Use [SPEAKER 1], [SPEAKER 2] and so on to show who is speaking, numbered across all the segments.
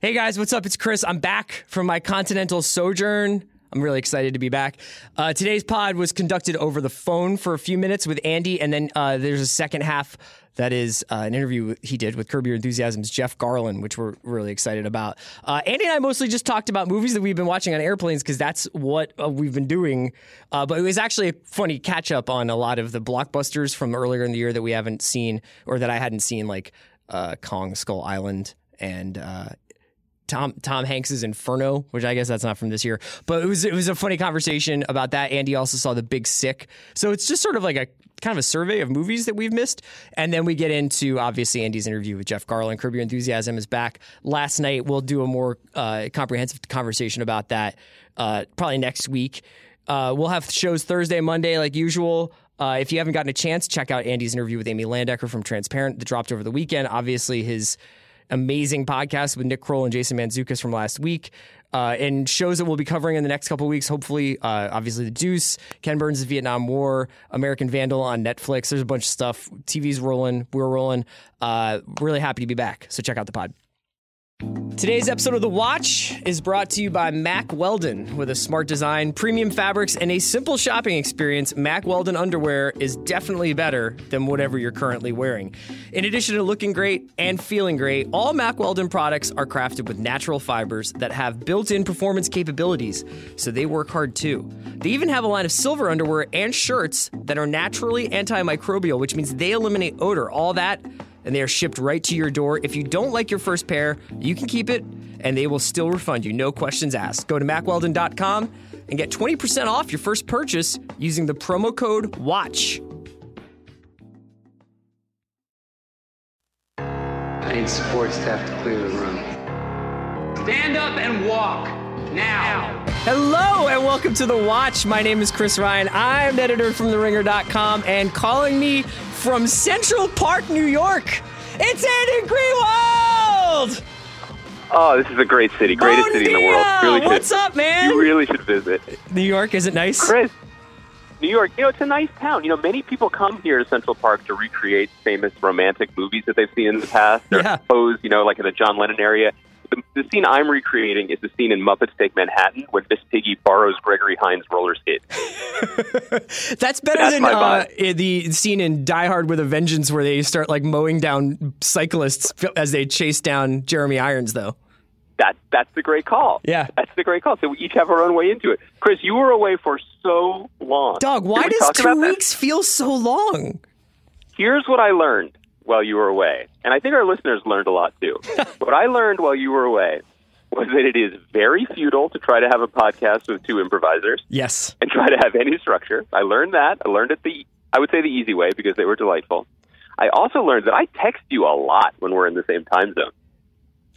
[SPEAKER 1] Hey guys, what's up? It's Chris. I'm back from my continental sojourn. I'm really excited to be back. Uh, today's pod was conducted over the phone for a few minutes with Andy, and then uh, there's a second half that is uh, an interview he did with Curb Your Enthusiasm's Jeff Garland, which we're really excited about. Uh, Andy and I mostly just talked about movies that we've been watching on airplanes because that's what uh, we've been doing. Uh, but it was actually a funny catch up on a lot of the blockbusters from earlier in the year that we haven't seen or that I hadn't seen, like uh, Kong Skull Island and uh, Tom Tom Hanks's Inferno, which I guess that's not from this year, but it was it was a funny conversation about that. Andy also saw The Big Sick, so it's just sort of like a kind of a survey of movies that we've missed, and then we get into obviously Andy's interview with Jeff Garland. Curb Your Enthusiasm is back last night. We'll do a more uh, comprehensive conversation about that uh, probably next week. Uh, we'll have shows Thursday, Monday, like usual. Uh, if you haven't gotten a chance, check out Andy's interview with Amy Landecker from Transparent that dropped over the weekend. Obviously, his amazing podcast with Nick Kroll and Jason Manzukas from last week. Uh, and shows that we'll be covering in the next couple weeks, hopefully, uh, obviously The Deuce, Ken Burns' Vietnam War, American Vandal on Netflix. There's a bunch of stuff. TV's rolling. We're rolling. Uh, really happy to be back. So check out the pod. Today's episode of The Watch is brought to you by Mac Weldon. With a smart design, premium fabrics, and a simple shopping experience, Mac Weldon underwear is definitely better than whatever you're currently wearing. In addition to looking great and feeling great, all Mac Weldon products are crafted with natural fibers that have built in performance capabilities, so they work hard too. They even have a line of silver underwear and shirts that are naturally antimicrobial, which means they eliminate odor. All that and they are shipped right to your door. If you don't like your first pair, you can keep it and they will still refund you, no questions asked. Go to macweldon.com and get 20% off your first purchase using the promo code WATCH.
[SPEAKER 2] I need support staff to clear the room.
[SPEAKER 3] Stand up and walk now.
[SPEAKER 1] Hello and welcome to The Watch. My name is Chris Ryan. I'm an editor from TheRinger.com and calling me from Central Park, New York, it's Andy Greenwald!
[SPEAKER 4] Oh, this is a great city, greatest
[SPEAKER 1] Bon
[SPEAKER 4] city in the
[SPEAKER 1] dia!
[SPEAKER 4] world. Really should,
[SPEAKER 1] What's up, man?
[SPEAKER 4] You really should visit.
[SPEAKER 1] New York, is it nice?
[SPEAKER 4] Chris, New York, you know, it's a nice town. You know, many people come here to Central Park to recreate famous romantic movies that they've seen in the past or
[SPEAKER 1] Yeah.
[SPEAKER 4] pose, you know, like in the John Lennon area. The, the scene I'm recreating is the scene in Muppets Take Manhattan when Miss Piggy borrows Gregory Hines' roller skate.
[SPEAKER 1] That's better
[SPEAKER 4] That's
[SPEAKER 1] than
[SPEAKER 4] my
[SPEAKER 1] uh,
[SPEAKER 4] vibe.
[SPEAKER 1] i- the scene in Die Hard with a Vengeance where they start like mowing down cyclists f- as they chase down Jeremy Irons, though.
[SPEAKER 4] That, that's the great call.
[SPEAKER 1] Yeah.
[SPEAKER 4] That's the great call. So we each have our own way into it. Chris, you were away for so long.
[SPEAKER 1] Dog,
[SPEAKER 4] Can
[SPEAKER 1] why
[SPEAKER 4] we
[SPEAKER 1] does
[SPEAKER 4] talk about
[SPEAKER 1] two
[SPEAKER 4] that?
[SPEAKER 1] weeks feel so long?
[SPEAKER 4] here's what I learned while you were away, and I think our listeners learned a lot too. what I learned while you were away was that it is very futile to try to have a podcast with two improvisers
[SPEAKER 1] Yes.
[SPEAKER 4] and try to have any structure. I learned that. I learned it the I would say the easy way because they were delightful. I also learned that I text you a lot when we're in the same time zone.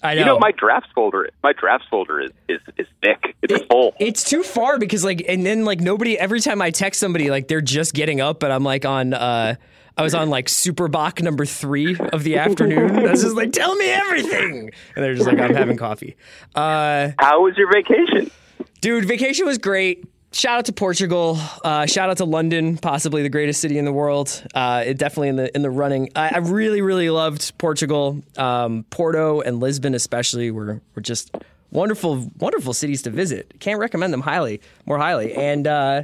[SPEAKER 1] I know.
[SPEAKER 4] You know, my drafts folder my drafts folder is is, is thick. It's full.
[SPEAKER 1] it's too far because like and then like nobody every time I text somebody like they're just getting up and I'm like on uh I was on like Superbach number three of the afternoon. I was just like, tell me everything. And they're just like, I'm having coffee. Uh
[SPEAKER 4] How was your vacation?
[SPEAKER 1] Dude, vacation was great. Shout out to Portugal. Uh, shout out to London, possibly the greatest city in the world. Uh, it definitely in the in the running. I, I really, really loved Portugal. Um, Porto and Lisbon, especially, were were just wonderful, wonderful cities to visit. Can't recommend them highly, more highly. And uh,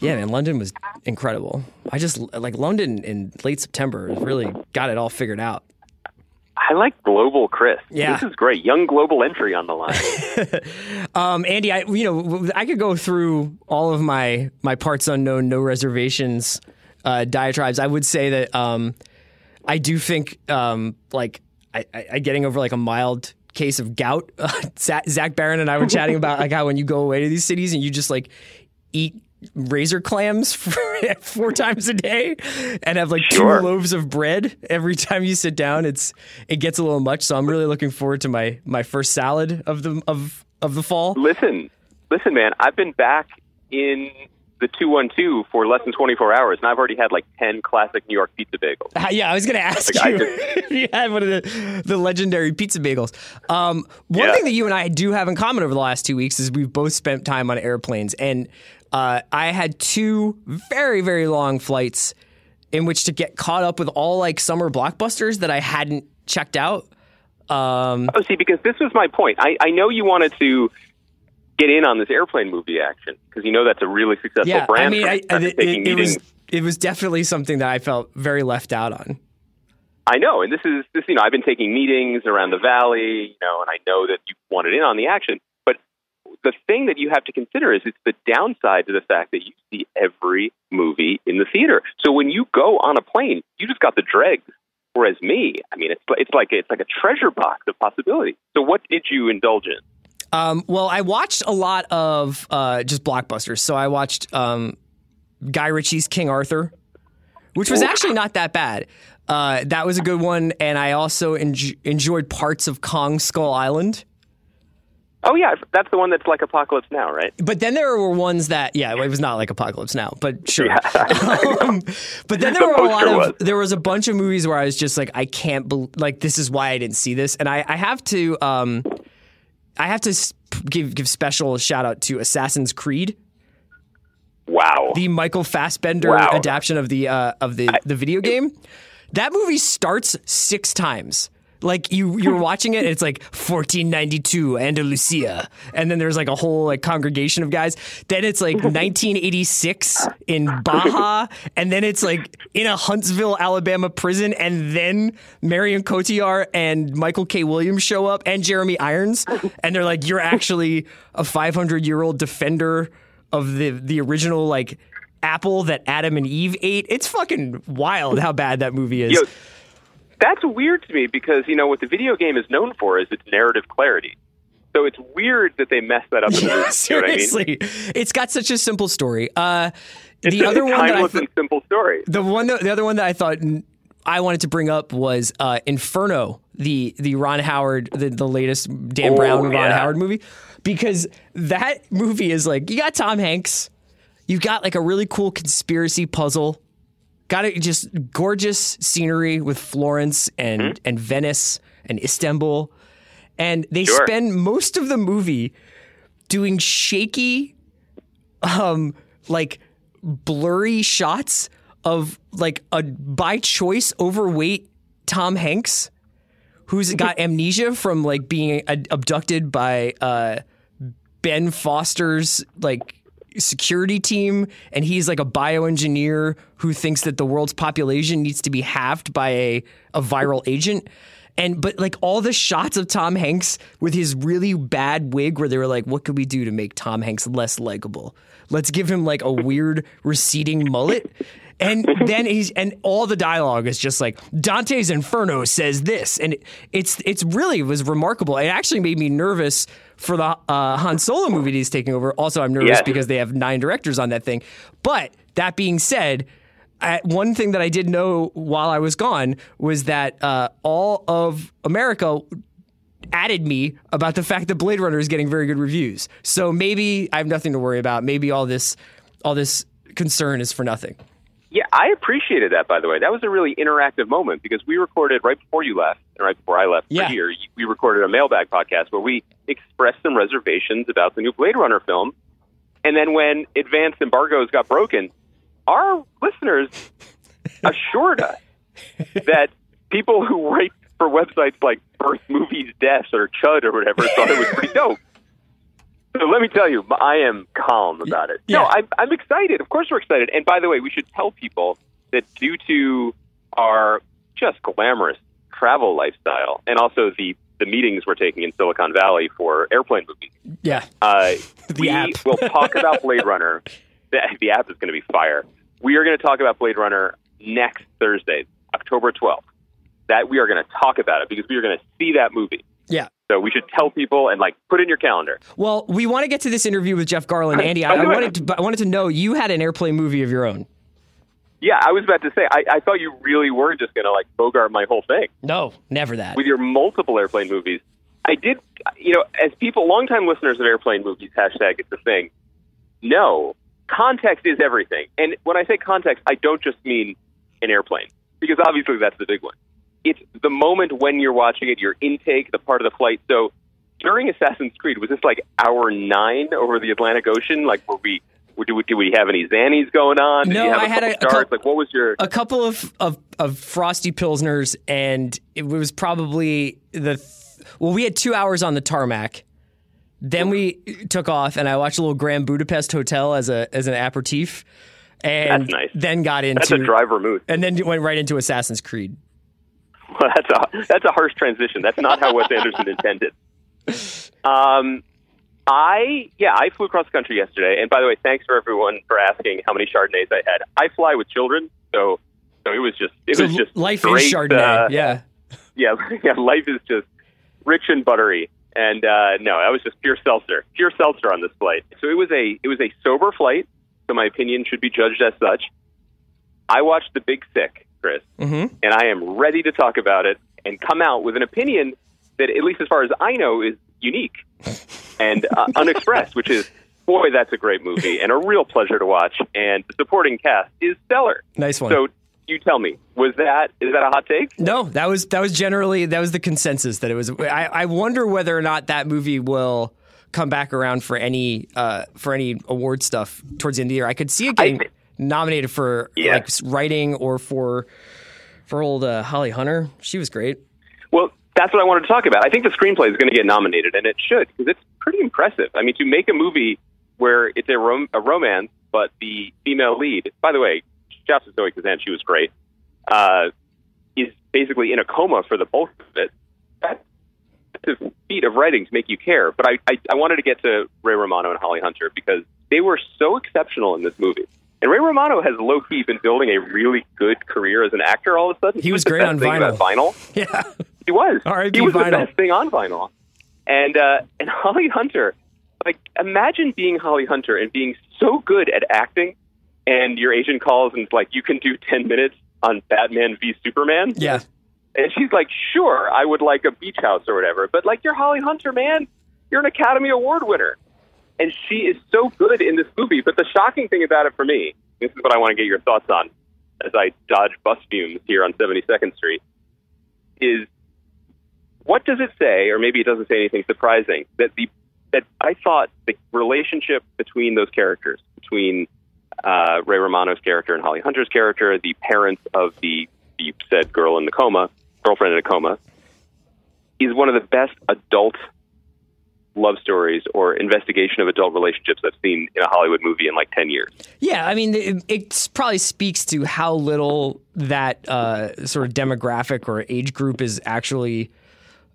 [SPEAKER 1] yeah, man, London was incredible. I just like London in late September really got it all figured out.
[SPEAKER 4] I like global Chris.
[SPEAKER 1] Yeah.
[SPEAKER 4] This is great. Young global entry on the line.
[SPEAKER 1] Um, Andy, I you know w- I could go through all of my my parts unknown, no reservations uh, diatribes. I would say that um, I do think um, like I, I, I getting over like a mild case of gout. Uh, Zach, Zach Barron and I were chatting about like how when you go away to these cities and you just like eat razor clams for, four times a day and have like
[SPEAKER 4] Sure.
[SPEAKER 1] two loaves of bread every time you sit down. It's it gets a little much. So I'm really looking forward to my my first salad of the of of the fall.
[SPEAKER 4] Listen, listen, man. I've been back in the two one two for less than twenty four hours, and I've already had like ten classic New York pizza bagels.
[SPEAKER 1] Uh, Yeah, I was going to ask
[SPEAKER 4] Like, I
[SPEAKER 1] you
[SPEAKER 4] just-
[SPEAKER 1] if you had one of the, the legendary pizza bagels. Um, one
[SPEAKER 4] Yeah.
[SPEAKER 1] thing that you and I do have in common over the last two weeks is we've both spent time on airplanes, and uh, I had two very very long flights in which to get caught up with all like summer blockbusters that I hadn't checked out. Um,
[SPEAKER 4] Oh, see, because this was my point. I, I know you wanted to get in on this airplane movie action because you know that's a really successful
[SPEAKER 1] yeah,
[SPEAKER 4] brand.
[SPEAKER 1] I mean,
[SPEAKER 4] for
[SPEAKER 1] I, I, it,
[SPEAKER 4] taking
[SPEAKER 1] it, it was
[SPEAKER 4] meetings.
[SPEAKER 1] it was definitely something that I felt very left out on.
[SPEAKER 4] I know, and this is this. You know, I've been taking meetings around the valley, you know, and I know that you wanted in on the action. But the thing that you have to consider is it's the downside to the fact that you see every movie in the theater. So when you go on a plane, you just got the dregs. Whereas me, I mean, it's it's like it's like a treasure box of possibility. So what did you indulge in?
[SPEAKER 1] Um, well, I watched a lot of uh, just blockbusters. So I watched um, Guy Ritchie's King Arthur, which was actually not that bad. Uh, that was a good one, and I also enj- enjoyed parts of Kong Skull Island.
[SPEAKER 4] Oh yeah, that's the one that's like Apocalypse Now, right?
[SPEAKER 1] But then there were ones that, yeah, it was not like Apocalypse Now, but sure. um, but then there
[SPEAKER 4] The
[SPEAKER 1] were a lot
[SPEAKER 4] poster
[SPEAKER 1] of,
[SPEAKER 4] was.
[SPEAKER 1] there was a bunch of movies where I was just like, I can't, bel like, this is why I didn't see this. And I, I have to, um, I have to s- give, give special shout out to Assassin's Creed,
[SPEAKER 4] Wow.
[SPEAKER 1] the Michael Fassbender
[SPEAKER 4] Wow.
[SPEAKER 1] adaptation of the, uh, of the, the video game. That movie starts six times. Like you, you're watching it. And it's like 1492 Andalusia, and then there's like a whole like congregation of guys. Then it's like 1986 in Baja, and then it's like in a Huntsville, Alabama prison, and then Marion Cotillard and Michael K. Williams show up, and Jeremy Irons, and they're like, "You're actually a 500 year old defender of the the original like." Apple that Adam and Eve ate. It's fucking wild how bad that movie is.
[SPEAKER 4] Yo, that's weird to me because you know what the video game is known for is its narrative clarity. So it's weird that they messed that up. In the movie, you know what I mean?
[SPEAKER 1] Seriously, it's got such a simple story. Uh,
[SPEAKER 4] It's
[SPEAKER 1] the
[SPEAKER 4] a-
[SPEAKER 1] other
[SPEAKER 4] it's
[SPEAKER 1] one, that I
[SPEAKER 4] timeless
[SPEAKER 1] th-
[SPEAKER 4] and simple story.
[SPEAKER 1] the one, that, the other one that I thought n- I wanted to bring up was uh, Inferno, the the Ron Howard, the, the latest Dan
[SPEAKER 4] Oh,
[SPEAKER 1] Brown Ron
[SPEAKER 4] yeah.
[SPEAKER 1] Howard movie, because that movie is like you got Tom Hanks, you got like a really cool conspiracy puzzle, got it just gorgeous scenery with Florence and and Venice and Istanbul, and they
[SPEAKER 4] Sure.
[SPEAKER 1] spend most of the movie doing shaky um like blurry shots of like a by choice overweight Tom Hanks who's got amnesia from like being ad- abducted by uh Ben Foster's like security team and he's like a bioengineer who thinks that the world's population needs to be halved by a, a viral agent and but like all the shots of Tom Hanks with his really bad wig where they were like what could we do to make Tom Hanks less likable let's give him like a weird receding mullet and then he's and all the dialogue is just like Dante's Inferno says this, and it, it's it's really it was remarkable. It actually made me nervous for the uh, Han Solo movie that he's taking over. Also, I'm nervous
[SPEAKER 4] Yes.
[SPEAKER 1] because they have nine directors on that thing. But that being said, I, one thing that I did know while I was gone was that uh, all of America added me about the fact that Blade Runner is getting very good reviews. So maybe I have nothing to worry about. Maybe all this all this concern is for nothing.
[SPEAKER 4] Yeah, I appreciated that. By the way, that was a really interactive moment because we recorded right before you left and right before I left
[SPEAKER 1] Yeah.
[SPEAKER 4] for here. We recorded a mailbag podcast where we expressed some reservations about the new Blade Runner film, and then when advanced embargoes got broken, our listeners assured us that people who write for websites like Birth Movies Death or Chud or whatever thought it was pretty dope. So let me tell you, I am calm about it. No,
[SPEAKER 1] Yeah.
[SPEAKER 4] I'm, I'm excited. Of course, we're excited. And by the way, we should tell people that due to our just glamorous travel lifestyle and also the, the meetings we're taking in Silicon Valley for airplane movies,
[SPEAKER 1] Yeah.
[SPEAKER 4] uh,
[SPEAKER 1] The
[SPEAKER 4] we
[SPEAKER 1] app.
[SPEAKER 4] will talk about Blade Runner. The, the app is going to be fire. We are going to talk about Blade Runner next Thursday, October 12th. That we are going to talk about it because we are going to see that movie.
[SPEAKER 1] Yeah.
[SPEAKER 4] So we should tell people and like put it in your calendar.
[SPEAKER 1] Well, we want to get to this interview with Jeff Garland. Andy, I,
[SPEAKER 4] By
[SPEAKER 1] I
[SPEAKER 4] the way-
[SPEAKER 1] wanted to, but I wanted to know you had an airplane movie of your own.
[SPEAKER 4] Yeah, I was about to say I, I thought you really were just going to like bogart my whole thing
[SPEAKER 1] No, never that.
[SPEAKER 4] with your multiple airplane movies. I did, you know, as people, longtime listeners of airplane movies, hashtag it's a thing. No, context is everything. And when I say context, I don't just mean an airplane, because obviously that's the big one. It's the moment when you're watching it, your intake, the part of the flight. So during Assassin's Creed, was this like hour nine over the Atlantic Ocean? Like, were we, were- do we, do we have any Xannies going on? Did
[SPEAKER 1] No,
[SPEAKER 4] you have
[SPEAKER 1] I had
[SPEAKER 4] couple
[SPEAKER 1] a- a
[SPEAKER 4] stars?
[SPEAKER 1] cou-
[SPEAKER 4] like, what was your.
[SPEAKER 1] a couple of, of of frosty pilsners, and it was probably the well, we had two hours on the tarmac. Then we took off, and I watched a little Grand Budapest Hotel as a as an aperitif, and
[SPEAKER 4] That's nice.
[SPEAKER 1] then got into
[SPEAKER 4] That's a dry vermouth.
[SPEAKER 1] and then went right into Assassin's Creed.
[SPEAKER 4] Well, that's a that's a harsh transition. That's not how Wes Anderson intended. Um, I yeah, I flew cross country yesterday, and by the way, thanks for everyone for asking how many Chardonnays I had. I fly with children, so so it was just it
[SPEAKER 1] So
[SPEAKER 4] was just
[SPEAKER 1] life
[SPEAKER 4] straight,
[SPEAKER 1] is Chardonnay.
[SPEAKER 4] uh,
[SPEAKER 1] yeah,
[SPEAKER 4] yeah, yeah, life is just rich and buttery. And uh, no, that was just pure seltzer, pure seltzer on this flight. So it was a it was a sober flight, so my opinion should be judged as such. I watched The Big Sick, Chris,
[SPEAKER 1] Mhm.
[SPEAKER 4] and I am ready to talk about it and come out with an opinion that, at least as far as I know, is unique and uh, unexpressed. Which is, boy, that's a great movie and a real pleasure to watch. And the supporting cast is stellar.
[SPEAKER 1] nice one.
[SPEAKER 4] So you tell me, was that is that a hot take?
[SPEAKER 1] No, that was that was generally that was the consensus that it was. I, I wonder whether or not that movie will come back around for any uh, for any award stuff towards the end of the year. I could see it getting
[SPEAKER 4] thi-
[SPEAKER 1] nominated for
[SPEAKER 4] Yeah.
[SPEAKER 1] like s- writing or for for old uh, Holly Hunter. She was great.
[SPEAKER 4] Well, that's what I wanted to talk about. I think the screenplay is going to get nominated, and it should because it's pretty impressive. I mean, to make a movie where it's a, rom- a romance, but the female lead, by the way, shouts to Zoe Kazan, she was great, uh, is basically in a coma for the bulk of it. That's a feat of writing to make you care. But I, I, I wanted to get to Ray Romano and Holly Hunter because they were so exceptional in this movie. And Ray Romano has low key been building a really good career as an actor. All of a sudden,
[SPEAKER 1] He was
[SPEAKER 4] the
[SPEAKER 1] great
[SPEAKER 4] best
[SPEAKER 1] on
[SPEAKER 4] thing about vinyl.
[SPEAKER 1] Yeah,
[SPEAKER 4] He was.
[SPEAKER 1] R.I.P.
[SPEAKER 4] He was
[SPEAKER 1] vinyl.
[SPEAKER 4] the best thing on vinyl. And uh, and Holly Hunter, like imagine being Holly Hunter and being so good at acting, and your agent calls and is like, you can do ten minutes on Batman v Superman,
[SPEAKER 1] yeah.
[SPEAKER 4] and she's like, sure, I would like a beach house or whatever, but like you're Holly Hunter, man, you're an Academy Award winner, and she is so good in this movie. But the shocking thing about it for me, this is what I want to get your thoughts on, as I dodge bus fumes here on 72nd Street, is what does it say, or maybe it doesn't say anything surprising, that the that I thought the relationship between those characters, between uh, Ray Romano's character and Holly Hunter's character, the parents of the, the said girl in the coma, girlfriend in a coma, is one of the best adult love stories or investigation of adult relationships I've seen in a Hollywood movie in like 10 years.
[SPEAKER 1] Yeah, I mean, it, it probably speaks to how little that uh, sort of demographic or age group is actually.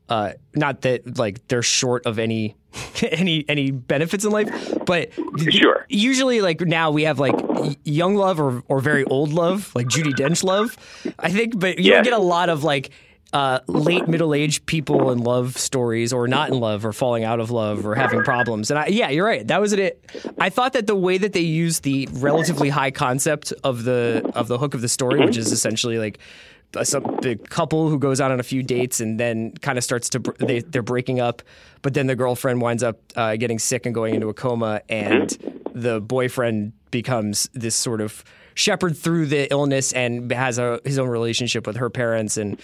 [SPEAKER 1] Uh, not that like they're short of any any any benefits in life, but
[SPEAKER 4] Sure.
[SPEAKER 1] Usually, like now we have like y- young love or or very old love, like Judy Dench love. I think, but you
[SPEAKER 4] Yeah.
[SPEAKER 1] don't get a lot of like uh, late middle aged people in love stories, or not in love, or falling out of love, or having problems. And I, yeah, you're right. That was it. I thought that the way that they used the relatively high concept of the of the hook of the story, which is essentially like. uh, Some, the couple who goes out on a few dates and then kind of starts to br- they, they're breaking up, but then the girlfriend winds up uh, getting sick and going into a coma, and the boyfriend becomes this sort of shepherd through the illness and has a, his own relationship with her parents and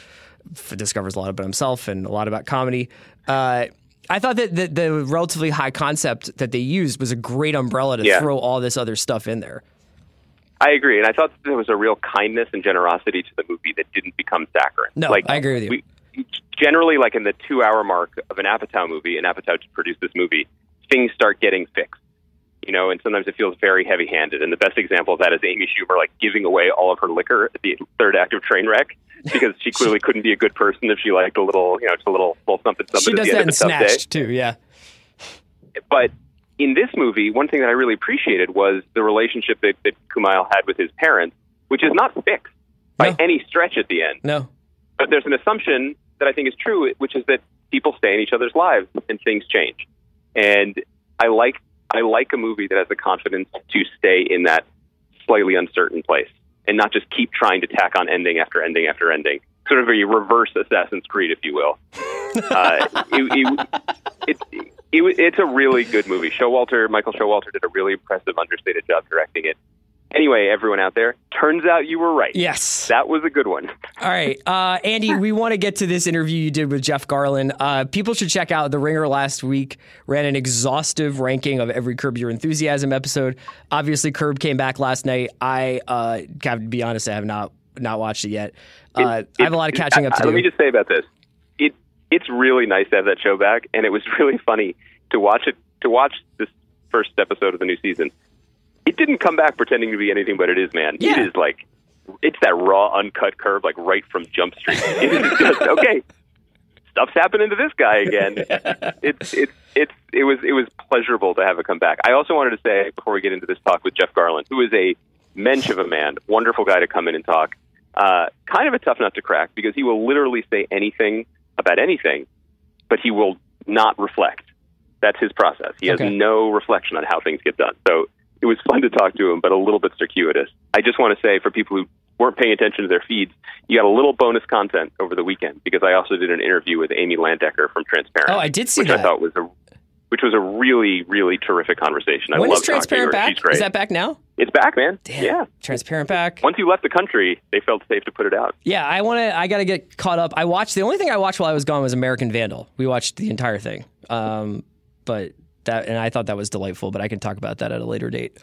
[SPEAKER 1] f- discovers a lot about himself and a lot about comedy. Uh, I thought that the, the relatively high concept that they used was a great umbrella to
[SPEAKER 4] Yeah.
[SPEAKER 1] throw all this other stuff in there.
[SPEAKER 4] I agree, and I thought there was a real kindness and generosity to the movie that didn't become saccharine.
[SPEAKER 1] No,
[SPEAKER 4] like,
[SPEAKER 1] I agree with you.
[SPEAKER 4] We, generally, like in the two-hour mark of an Apatow movie, and Apatow produced this movie, things start getting fixed, you know, and sometimes it feels very heavy-handed. And the best example of that is Amy Schumer, like giving away all of her liquor at the third act of Trainwreck because she clearly couldn't be a good person if she liked a little, you know, just a little, little something, something.
[SPEAKER 1] She
[SPEAKER 4] at
[SPEAKER 1] does
[SPEAKER 4] the
[SPEAKER 1] that
[SPEAKER 4] end
[SPEAKER 1] in
[SPEAKER 4] of a tough day
[SPEAKER 1] Snatch too. Yeah,
[SPEAKER 4] but in this movie, one thing that I really appreciated was the relationship that, that Kumail had with his parents, which is not fixed by
[SPEAKER 1] No.
[SPEAKER 4] any stretch at the end.
[SPEAKER 1] no,
[SPEAKER 4] But there's an assumption that I think is true, which is that people stay in each other's lives and things change. And I like I like a movie that has the confidence to stay in that slightly uncertain place and not just keep trying to tack on ending after ending after ending. Sort of a reverse Assassin's Creed, if you will. uh, it, it, it, it, wa- it's a really good movie. Showalter, Michael Showalter, did a really impressive, understated job directing it. Anyway, everyone out there, turns out you were right.
[SPEAKER 1] yes.
[SPEAKER 4] That was a good one.
[SPEAKER 1] All right, uh, Andy, we want to get to this interview you did with Jeff Garland. Uh, people should check out The Ringer last week, ran an exhaustive ranking of every Curb Your Enthusiasm episode. Obviously, Curb came back last night. I uh, have to be honest, I have not not watched it yet. Uh, I have a lot of
[SPEAKER 4] It-
[SPEAKER 1] catching up
[SPEAKER 4] I-
[SPEAKER 1] to
[SPEAKER 4] I-
[SPEAKER 1] do.
[SPEAKER 4] Let me just say about this. It it's really nice to have that show back, and it was really funny to watch it to watch this first episode of the new season. It didn't come back pretending to be anything but it is, man.
[SPEAKER 1] Yeah.
[SPEAKER 4] It is like it's that raw, uncut curve, like right from Jump Street. it is just okay. Stuff's happening to this guy again. It's it's it's it was it was pleasurable to have it come back. I also wanted to say before we get into this talk with Jeff Garland, who is a mensch of a man, wonderful guy to come in and talk. Uh, kind of a tough nut to crack because he will literally say anything about anything, but he will not reflect. That's his process. He has
[SPEAKER 1] Okay.
[SPEAKER 4] no reflection on how things get done. So it was fun to talk to him, but a little bit circuitous. I just want to say for people who weren't paying attention to their feeds, you got a little bonus content over the weekend because I also did an interview with Amy Landecker from Transparent.
[SPEAKER 1] Oh, I did see
[SPEAKER 4] which
[SPEAKER 1] that.
[SPEAKER 4] I thought was a which was a really, really terrific conversation. I
[SPEAKER 1] when
[SPEAKER 4] love
[SPEAKER 1] is Transparent
[SPEAKER 4] talking to her.
[SPEAKER 1] back?
[SPEAKER 4] She's great.
[SPEAKER 1] Is that back now?
[SPEAKER 4] it's back, man.
[SPEAKER 1] Damn.
[SPEAKER 4] Yeah.
[SPEAKER 1] Transparent back.
[SPEAKER 4] Once you left the country, they felt safe to put it out.
[SPEAKER 1] Yeah, I want to. I got to get caught up. I watched the only thing I watched while I was gone was American Vandal. We watched the entire thing, um, but that and I thought that was delightful. But I can talk about that at a later date.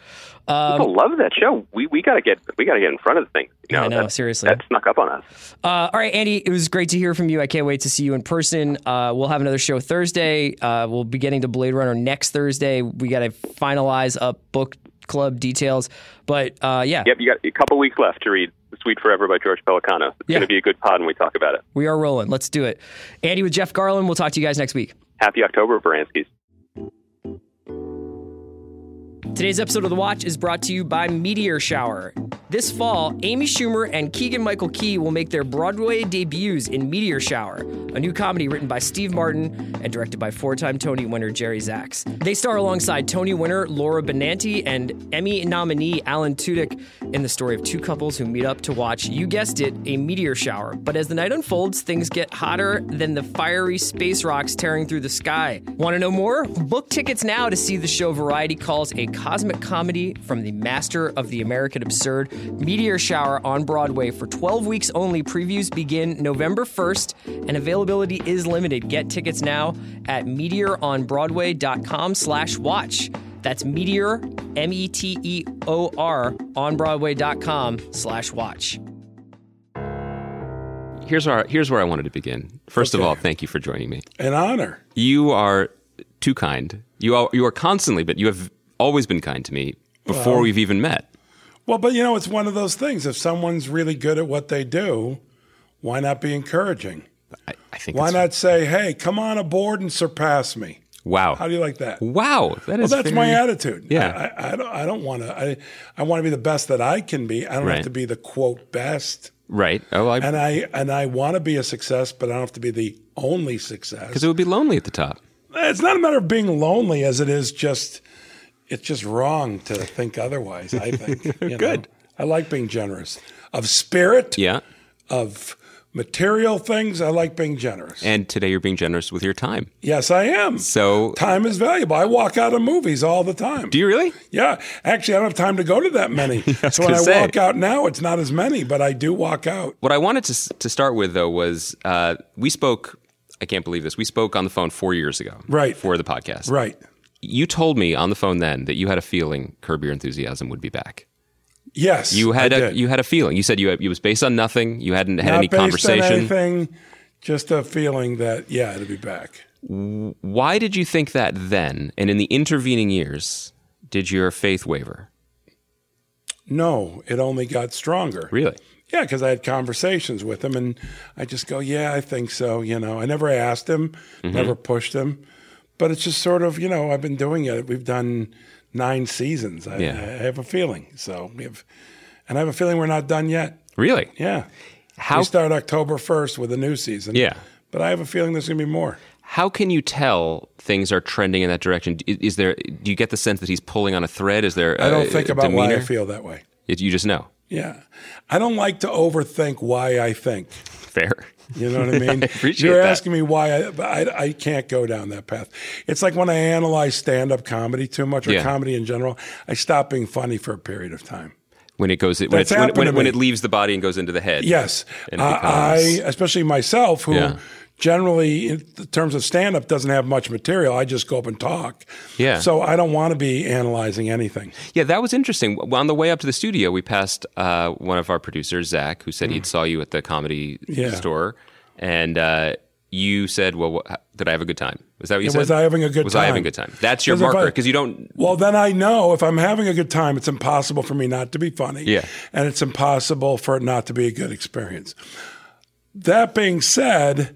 [SPEAKER 4] I love that show. We we gotta get we gotta get in front of the thing. You
[SPEAKER 1] Um, I know,
[SPEAKER 4] that-
[SPEAKER 1] seriously.
[SPEAKER 4] that snuck up on us.
[SPEAKER 1] Uh, all right, Andy, it was great to hear from you. I can't wait to see you in person. Uh, we'll have another show Thursday. Uh, we'll be getting to Blade Runner next Thursday. We got to finalize up book club details, but uh, yeah,
[SPEAKER 4] Yep, you got a couple weeks left to read "The Sweet Forever" by George Pelicano. It's
[SPEAKER 1] Yeah.
[SPEAKER 4] going to be a good pod when we talk about it.
[SPEAKER 1] we are rolling. Let's do it. Andy with Jeff Garland. We'll talk to you guys next week.
[SPEAKER 4] Happy October, Baranskis.
[SPEAKER 1] Today's episode of The Watch is brought to you by Meteor Shower. This fall, Amy Schumer and Keegan Michael Key will make their Broadway debuts in Meteor Shower, a new comedy written by Steve Martin and directed by four time Tony winner Jerry Zaks. They star alongside Tony winner Laura Benanti and Emmy nominee Alan Tudyk in the story of two couples who meet up to watch, you guessed it, a meteor shower. But as the night unfolds, things get hotter than the fiery space rocks tearing through the sky. Want to know more? Book tickets now to see the show Variety calls a cosmic comedy from the master of the American absurd, Meteor Shower on Broadway for 12 weeks only. Previews begin November 1st and availability is limited. Get tickets now at meteoronbroadway.com slash watch. That's Meteor, E M-E-T-E-O-R, on Broadway.com slash watch.
[SPEAKER 5] Here's our here's where I wanted to begin. First of all, thank you for joining me.
[SPEAKER 6] An honor.
[SPEAKER 5] You are too kind. You are you are constantly, but you have always been kind to me before we've even met.
[SPEAKER 6] Well, but you know, it's one of those things. If someone's really good at what they do, why not be encouraging?
[SPEAKER 5] I, I think.
[SPEAKER 6] Why
[SPEAKER 5] it's-
[SPEAKER 6] not say, hey, come on aboard and surpass me?
[SPEAKER 5] Wow.
[SPEAKER 6] How do you like that?
[SPEAKER 5] Wow. That
[SPEAKER 6] Well,
[SPEAKER 5] is.
[SPEAKER 6] that's
[SPEAKER 5] very-
[SPEAKER 6] my attitude.
[SPEAKER 5] Yeah.
[SPEAKER 6] I, I, I don't, I don't want to, I, I want to be the best that I can be. I don't
[SPEAKER 5] Right.
[SPEAKER 6] have to be the quote best.
[SPEAKER 5] Right. Oh, I
[SPEAKER 6] And I, and I want to be a success, but I don't have to be the only success.
[SPEAKER 5] because it would be lonely at the top.
[SPEAKER 6] It's not a matter of being lonely as it is just, it's just wrong to think otherwise, I think. you know?
[SPEAKER 5] Good.
[SPEAKER 6] I like being generous of spirit.
[SPEAKER 5] Yeah.
[SPEAKER 6] of material things. I like being generous.
[SPEAKER 5] And today you're being generous with your time.
[SPEAKER 6] yes, I am.
[SPEAKER 5] So
[SPEAKER 6] time is valuable. I walk out of movies all the time.
[SPEAKER 5] do you really?
[SPEAKER 6] yeah, actually, I don't have time to go to that many.
[SPEAKER 5] was
[SPEAKER 6] so when I
[SPEAKER 5] gonna say.
[SPEAKER 6] walk out now, it's not as many, but I do walk out.
[SPEAKER 5] What I wanted to s- to start with though was uh, we spoke. I can't believe this. We spoke on the phone four years ago.
[SPEAKER 6] Right.
[SPEAKER 5] For the podcast.
[SPEAKER 6] Right.
[SPEAKER 5] You told me on the phone then that you had a feeling Curb Your Enthusiasm would be back.
[SPEAKER 6] Yes,
[SPEAKER 5] You had
[SPEAKER 6] I
[SPEAKER 5] a
[SPEAKER 6] did.
[SPEAKER 5] you had a feeling. You said you had, it was based on nothing. You hadn't had
[SPEAKER 6] Not
[SPEAKER 5] any
[SPEAKER 6] based on
[SPEAKER 5] conversation.
[SPEAKER 6] anything, just a feeling that yeah, it'll be back.
[SPEAKER 5] Why did you think that then? And in the intervening years, did your faith waver?
[SPEAKER 6] No, it only got stronger.
[SPEAKER 5] Really?
[SPEAKER 6] Yeah, because I had conversations with him, and I just go, "Yeah, I think so." You know, I never asked him,
[SPEAKER 5] Mm-hmm.
[SPEAKER 6] never pushed him, but it's just sort of, you know, I've been doing it. We've done nine seasons. I,
[SPEAKER 5] Yeah.
[SPEAKER 6] I have a feeling. So we have, and I have a feeling we're not done yet.
[SPEAKER 5] Really?
[SPEAKER 6] Yeah,
[SPEAKER 5] How
[SPEAKER 6] we start October first with a new season.
[SPEAKER 5] Yeah.
[SPEAKER 6] but I have a feeling there's going to be more.
[SPEAKER 5] how can you tell things are trending in that direction? Is, is there do you get the sense that he's pulling on a thread? Is there
[SPEAKER 6] I don't
[SPEAKER 5] a-
[SPEAKER 6] think
[SPEAKER 5] a
[SPEAKER 6] about why I
[SPEAKER 5] Uh, demeanor?
[SPEAKER 6] feel that way.
[SPEAKER 5] It- you just know.
[SPEAKER 6] Yeah, I don't like to overthink why I think.
[SPEAKER 5] Fair.
[SPEAKER 6] You know what I mean?
[SPEAKER 5] appreciate
[SPEAKER 6] You're
[SPEAKER 5] that.
[SPEAKER 6] asking me why I, but I I can't go down that path. It's like when I analyze stand up comedy too much or
[SPEAKER 5] Yeah.
[SPEAKER 6] comedy in general, I stop being funny for a period of time.
[SPEAKER 5] When it goes when
[SPEAKER 6] That's
[SPEAKER 5] it's, when,
[SPEAKER 6] happened to
[SPEAKER 5] when, when
[SPEAKER 6] me.
[SPEAKER 5] it leaves the body and goes into the head.
[SPEAKER 6] Yes.
[SPEAKER 5] And it
[SPEAKER 6] Uh, I,
[SPEAKER 5] becomes-
[SPEAKER 6] especially myself, who
[SPEAKER 5] Yeah.
[SPEAKER 6] generally, in th- terms of stand up, doesn't have much material. I just go up and talk.
[SPEAKER 5] Yeah.
[SPEAKER 6] So I don't want to be analyzing anything.
[SPEAKER 5] Yeah, that was interesting. W- On the way up to the studio, we passed uh,
[SPEAKER 6] Mm.
[SPEAKER 5] one of our producers, Zach, who said he'd saw you at the comedy
[SPEAKER 6] Yeah.
[SPEAKER 5] store, and uh, you said, "Well, what, did I have a good time?" Was that what you said?
[SPEAKER 6] was I having a good
[SPEAKER 5] was
[SPEAKER 6] time?
[SPEAKER 5] I having a good time? That's your
[SPEAKER 6] 'Cause if I-
[SPEAKER 5] marker because you don't.
[SPEAKER 6] Well, then I know if I'm having a good time, it's impossible for me not to be funny.
[SPEAKER 5] Yeah.
[SPEAKER 6] And it's impossible for it not to be a good experience. That being said,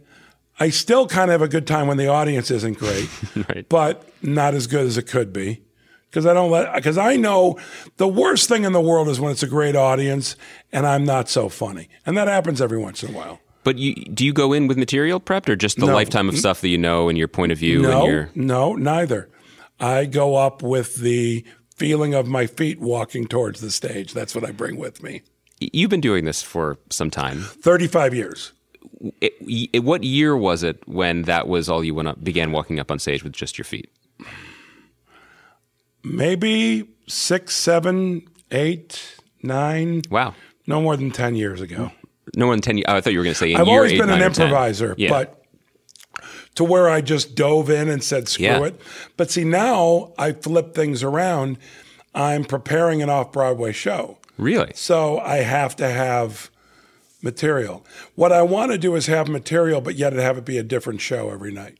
[SPEAKER 6] I still kind of have a good time when the audience isn't great,
[SPEAKER 5] Right.
[SPEAKER 6] but not as good as it could be. Because I don't let, because I know the worst thing in the world is when it's a great audience and I'm not so funny. And that happens every once in a while.
[SPEAKER 5] But you do you go in with material prepped or just the lifetime of stuff that you know and your point of view
[SPEAKER 6] Mm-hmm. No,
[SPEAKER 5] and your
[SPEAKER 6] no, neither. I go up with the feeling of my feet walking towards the stage. That's what I bring with me.
[SPEAKER 5] you've been doing this for some time.
[SPEAKER 6] 35 years.
[SPEAKER 5] It, y- it- what year was it when that was all you went up began walking up on stage with just your feet?
[SPEAKER 6] Maybe six, seven, eight, nine,
[SPEAKER 5] Wow.
[SPEAKER 6] no more than 10 years ago.
[SPEAKER 5] No more than ten. ye- Oh, I thought you were going to say. In
[SPEAKER 6] I've
[SPEAKER 5] year
[SPEAKER 6] always
[SPEAKER 5] eight,
[SPEAKER 6] been an
[SPEAKER 5] nine, or 10.
[SPEAKER 6] improviser,
[SPEAKER 5] Yeah.
[SPEAKER 6] but to where I just dove in and said, screw
[SPEAKER 5] Yeah.
[SPEAKER 6] it. But see, now I flip things around. I'm preparing an off Broadway show.
[SPEAKER 5] really,
[SPEAKER 6] So I have to have material. What I want to do is have material, but yet have it be a different show every night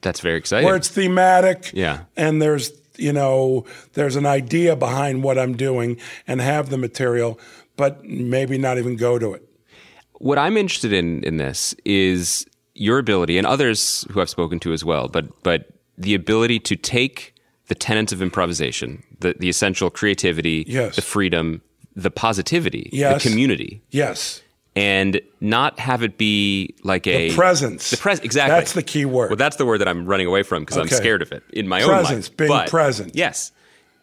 [SPEAKER 5] that's very exciting.
[SPEAKER 6] where it's thematic.
[SPEAKER 5] Yeah.
[SPEAKER 6] And there's, you know, there's an idea behind what I'm doing and have the material, but maybe not even go to it.
[SPEAKER 5] what I'm interested in in this is your ability and others who I've spoken to as well, but but the ability to take the tenets of improvisation, the, the essential creativity,
[SPEAKER 6] Yes.
[SPEAKER 5] the freedom, the positivity,
[SPEAKER 6] Yes.
[SPEAKER 5] the community,
[SPEAKER 6] Yes.
[SPEAKER 5] and not have it be like a
[SPEAKER 6] presence.
[SPEAKER 5] The pres- exactly.
[SPEAKER 6] That's the key word.
[SPEAKER 5] Well, that's the word that I'm running away from because
[SPEAKER 6] Okay.
[SPEAKER 5] I'm scared of it in my own
[SPEAKER 6] Presence,
[SPEAKER 5] life.
[SPEAKER 6] being
[SPEAKER 5] But,
[SPEAKER 6] present.
[SPEAKER 5] Yes,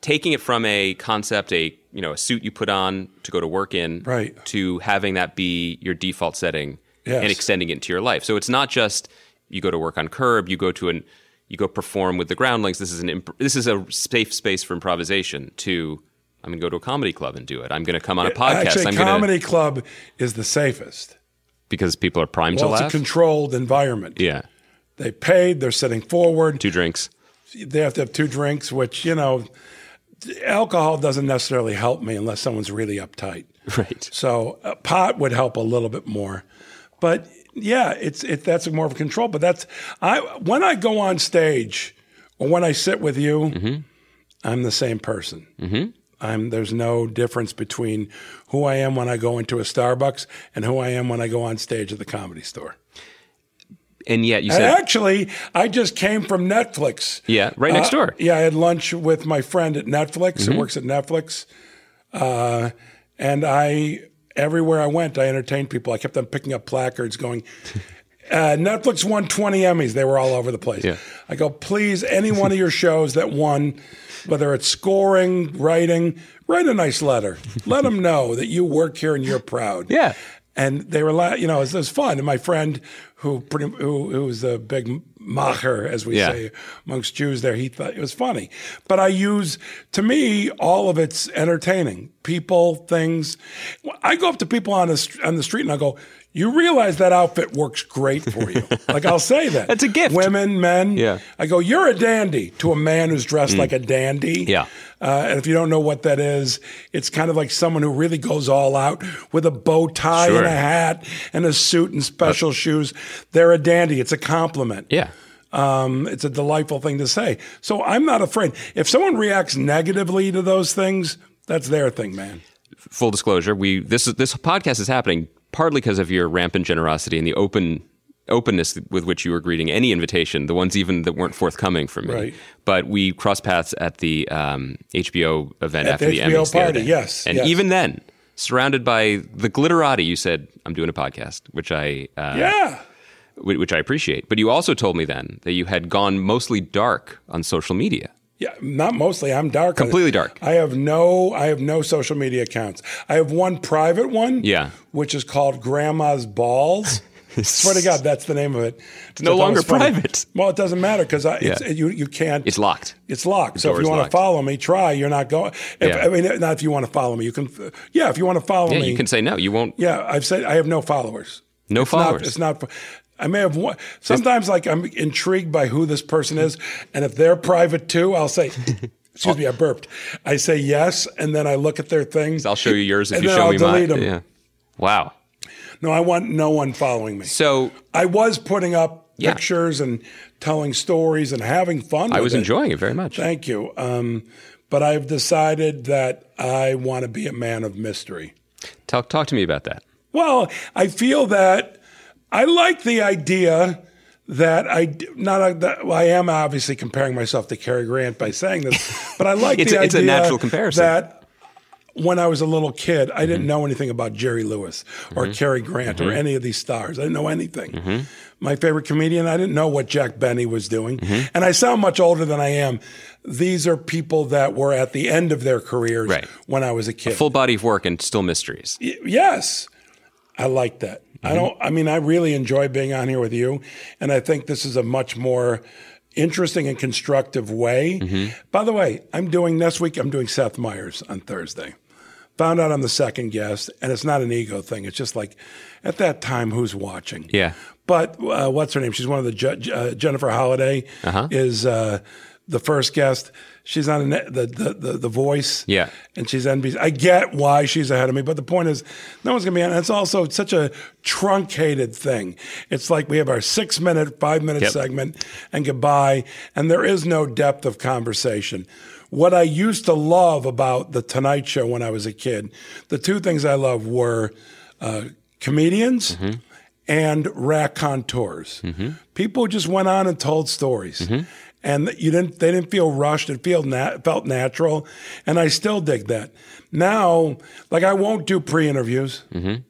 [SPEAKER 5] taking it from a concept, a you know, a suit you put on to go to work in,
[SPEAKER 6] Right.
[SPEAKER 5] to having that be your default setting
[SPEAKER 6] Yes.
[SPEAKER 5] and extending it into your life. So it's not just you go to work on curb, you go to an you go perform with the groundlings. This is an imp- this is a safe space for improvisation. To I'm going to go to a comedy club and do it. I'm going to come on a podcast.
[SPEAKER 6] Actually,
[SPEAKER 5] I'm going to
[SPEAKER 6] comedy club is the safest.
[SPEAKER 5] because people are primed
[SPEAKER 6] Well,
[SPEAKER 5] to
[SPEAKER 6] it's
[SPEAKER 5] laugh.
[SPEAKER 6] a controlled environment.
[SPEAKER 5] yeah,
[SPEAKER 6] They paid, they're sitting forward.
[SPEAKER 5] two drinks.
[SPEAKER 6] they have to have two drinks, which, you know, alcohol doesn't necessarily help me unless someone's really uptight.
[SPEAKER 5] Right.
[SPEAKER 6] So uh, pot would help a little bit more, but yeah, it's it that's more of a control. But that's I when I go on stage or when I sit with you,
[SPEAKER 5] Mm-hmm.
[SPEAKER 6] I'm the same person. Mm-hmm. I'm there's no difference between who I am when I go into a Starbucks and who I am when I go on stage at the comedy store.
[SPEAKER 5] And yet you
[SPEAKER 6] And
[SPEAKER 5] said
[SPEAKER 6] actually, I just came from Netflix.
[SPEAKER 5] Yeah, right next
[SPEAKER 6] Uh,
[SPEAKER 5] door. Mm-hmm.
[SPEAKER 6] Yeah, I had lunch with my friend at Netflix who works at Netflix. Uh, and I, everywhere I went, I entertained people. I kept on picking up placards going, uh, Netflix won 20 Emmys. They were all over the place.
[SPEAKER 5] Yeah.
[SPEAKER 6] I go, please, any one of your shows that won, whether it's scoring, writing, write a nice letter. Let them know that you work here and you're proud.
[SPEAKER 5] Yeah.
[SPEAKER 6] And they were, la- you know, it was, it was fun. And my friend, who pretty, who, who was a big macher, as we
[SPEAKER 5] Yeah.
[SPEAKER 6] say amongst Jews, there, he thought it was funny. But I use, to me, all of it's entertaining. People, things. I go up to people on the str- on the street and I go, "You realize that outfit works great for you." like I'll say that.
[SPEAKER 5] That's a gift.
[SPEAKER 6] Women, men.
[SPEAKER 5] Yeah. Mm.
[SPEAKER 6] I go, "You're a dandy" to a man who's dressed like a dandy.
[SPEAKER 5] Yeah.
[SPEAKER 6] Uh, and if you don't know what that is, it's kind of like someone who really goes all out with a bow tie
[SPEAKER 5] Sure.
[SPEAKER 6] and a hat and a suit and special shoes. They're a dandy. It's a compliment.
[SPEAKER 5] yeah.
[SPEAKER 6] Um, it's a delightful thing to say. So I'm not afraid. If someone reacts negatively to those things, that's their thing, man.
[SPEAKER 5] Full disclosure, we this is this podcast is happening partly because of your rampant generosity and the open openness with which you were greeting any invitation, the ones even that weren't forthcoming from me.
[SPEAKER 6] Right.
[SPEAKER 5] But we crossed paths at the um, HBO event
[SPEAKER 6] At
[SPEAKER 5] after
[SPEAKER 6] the
[SPEAKER 5] the
[SPEAKER 6] HBO
[SPEAKER 5] Emmys the other
[SPEAKER 6] party,
[SPEAKER 5] day.
[SPEAKER 6] yes,
[SPEAKER 5] And
[SPEAKER 6] yes.
[SPEAKER 5] even then, surrounded by the glitterati, you said, "I'm doing a podcast," which I uh,
[SPEAKER 6] yeah.
[SPEAKER 5] whi- which I appreciate. But you also told me then that you had gone mostly dark on social media.
[SPEAKER 6] Yeah, not mostly. I'm dark.
[SPEAKER 5] Completely dark.
[SPEAKER 6] I have no I have no social media accounts. I have one private one.
[SPEAKER 5] Yeah.
[SPEAKER 6] Which is called Grandma's Balls. Swear to God, that's the name of it. It's
[SPEAKER 5] no longer private.
[SPEAKER 6] Well, it doesn't matter because it's
[SPEAKER 5] Yeah.
[SPEAKER 6] you you can't.
[SPEAKER 5] It's locked.
[SPEAKER 6] It's locked. So if
[SPEAKER 5] door
[SPEAKER 6] you
[SPEAKER 5] is
[SPEAKER 6] want
[SPEAKER 5] locked.
[SPEAKER 6] to follow me, try. You're not going. If,
[SPEAKER 5] Yeah.
[SPEAKER 6] I mean, not if you want to follow me. You can. Yeah, if you want to follow
[SPEAKER 5] Yeah,
[SPEAKER 6] me,
[SPEAKER 5] you can say no. You won't.
[SPEAKER 6] yeah, I've said I have no followers.
[SPEAKER 5] No
[SPEAKER 6] It's not-
[SPEAKER 5] followers.
[SPEAKER 6] it's not. I may have one. Sometimes, like I'm intrigued by who this person is, and if they're private too, I'll say, "Excuse me, I burped." I say yes, and then I look at their things.
[SPEAKER 5] I'll show you yours if
[SPEAKER 6] And
[SPEAKER 5] you
[SPEAKER 6] then
[SPEAKER 5] show
[SPEAKER 6] I'll
[SPEAKER 5] me mine.
[SPEAKER 6] delete 'em.
[SPEAKER 5] Yeah. Wow.
[SPEAKER 6] No, I want no one following me.
[SPEAKER 5] So
[SPEAKER 6] I was putting up
[SPEAKER 5] Yeah.
[SPEAKER 6] pictures and telling stories and having fun.
[SPEAKER 5] I
[SPEAKER 6] with
[SPEAKER 5] was
[SPEAKER 6] it.
[SPEAKER 5] enjoying it very much.
[SPEAKER 6] Thank you. Um, but I've decided that I want to be a man of mystery.
[SPEAKER 5] Talk talk to me about that.
[SPEAKER 6] Well, I feel that I like the idea that I d- not a, that, well, I am obviously comparing myself to Cary Grant by saying this, but I like
[SPEAKER 5] It's
[SPEAKER 6] the
[SPEAKER 5] a- it's a
[SPEAKER 6] idea
[SPEAKER 5] natural comparison. Mm-hmm.
[SPEAKER 6] that when I was a little kid, I didn't know anything about Jerry Lewis or Cary Grant or any of these stars. I didn't know anything.
[SPEAKER 5] Mm-hmm.
[SPEAKER 6] My favorite comedian, I didn't know what Jack Benny was doing.
[SPEAKER 5] Mm-hmm.
[SPEAKER 6] And I sound much older than I am. These are people that were at the end of their careers
[SPEAKER 5] Right.
[SPEAKER 6] when I was a kid.
[SPEAKER 5] Full body of work and still mysteries.
[SPEAKER 6] Y- yes i like that i
[SPEAKER 5] Mm-hmm.
[SPEAKER 6] don't i mean i really enjoy being on here with you and i think this is a much more interesting and constructive way
[SPEAKER 5] Mm-hmm.
[SPEAKER 6] by the way i'm doing next week i'm doing seth meyers on thursday found out i'm the second guest and it's not an ego thing it's just like at that time who's watching
[SPEAKER 5] Yeah.
[SPEAKER 6] but uh, what's her name? She's one of the ju- uh, Jennifer Holiday
[SPEAKER 5] Uh-huh.
[SPEAKER 6] is uh, the first guest. She's on the, the the the Voice.
[SPEAKER 5] Yeah.
[SPEAKER 6] and she's NBC. I get why she's ahead of me, but the point is, no one's gonna be on. And it's also such a truncated thing. It's like we have our six minute, five minute
[SPEAKER 5] Yep.
[SPEAKER 6] segment, and goodbye. And there is no depth of conversation. What I used to love about the Tonight Show when I was a kid, the two things I loved were uh, comedians and raconteurs. People who just went on and told stories. And you didn't, they didn't feel rushed. It felt, nat- felt natural. And I still dig that. Now, like I won't do pre interviews.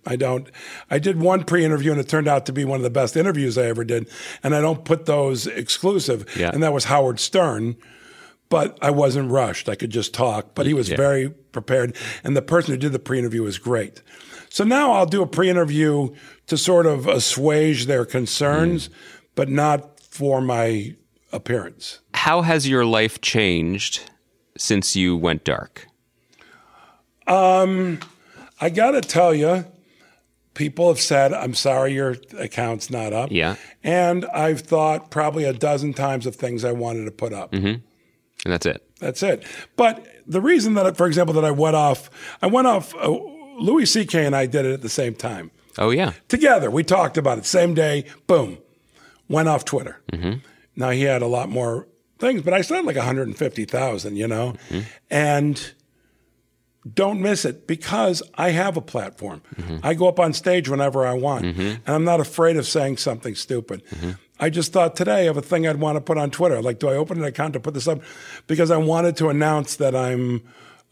[SPEAKER 6] I don't. I did one pre interview and it turned out to be one of the best interviews I ever did. And I don't put those exclusive.
[SPEAKER 5] Yeah.
[SPEAKER 6] And that was Howard Stern but I wasn't rushed. I could just talk, but he was very prepared. And the person who did the pre interview was great. So now I'll do a pre interview to sort of assuage their concerns, but not for my appearance.
[SPEAKER 5] How has your life changed since you went dark?
[SPEAKER 6] I got to tell you, people have said, I'm sorry your account's not up.
[SPEAKER 5] Yeah.
[SPEAKER 6] And I've thought probably a dozen times of things I wanted to put up.
[SPEAKER 5] And that's it.
[SPEAKER 6] That's it. But the reason that, for example, that I went off, I went off, uh, Louis C.K. and I did it at the same time.
[SPEAKER 5] Oh yeah.
[SPEAKER 6] together. We talked about it. Same day, boom, went off Twitter. Now he had a lot more things, but I still had like 150,000, you know?
[SPEAKER 5] Mm-hmm.
[SPEAKER 6] And don't miss it because I have a platform.
[SPEAKER 5] Mm-hmm.
[SPEAKER 6] I go up on stage whenever I want, and I'm not afraid of saying something stupid.
[SPEAKER 5] Mm-hmm.
[SPEAKER 6] I just thought today of a thing I'd want to put on Twitter. Like, do I open an account to put this up? Because I wanted to announce that I'm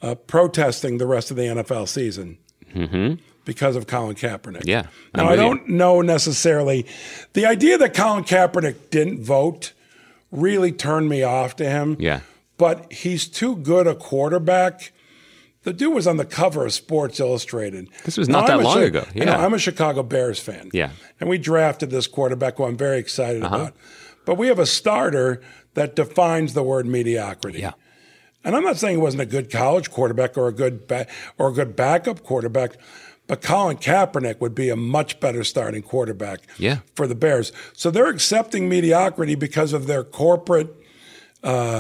[SPEAKER 6] uh, protesting the rest of the NFL season because of Colin Kaepernick.
[SPEAKER 5] Mm-hmm. Yeah, I'm
[SPEAKER 6] Now, I
[SPEAKER 5] with you.
[SPEAKER 6] don't know necessarily. The idea that Colin Kaepernick didn't vote really turned me off to him.
[SPEAKER 5] Yeah.
[SPEAKER 6] But he's too good a quarterback. The dude was on the cover of Sports Illustrated.
[SPEAKER 5] This was not that
[SPEAKER 6] a
[SPEAKER 5] long
[SPEAKER 6] Chi-
[SPEAKER 5] ago.
[SPEAKER 6] I know,
[SPEAKER 5] Yeah.
[SPEAKER 6] I'm a Chicago Bears fan.
[SPEAKER 5] Yeah. Uh-huh.
[SPEAKER 6] And we drafted this quarterback who I'm very excited about. But we have a starter that defines the word mediocrity.
[SPEAKER 5] Yeah.
[SPEAKER 6] And I'm not saying he wasn't a good college quarterback or a good ba- or a good backup quarterback, but Colin Kaepernick would be a much better starting quarterback
[SPEAKER 5] Yeah.
[SPEAKER 6] for the Bears. So they're accepting mediocrity because of their corporate uh,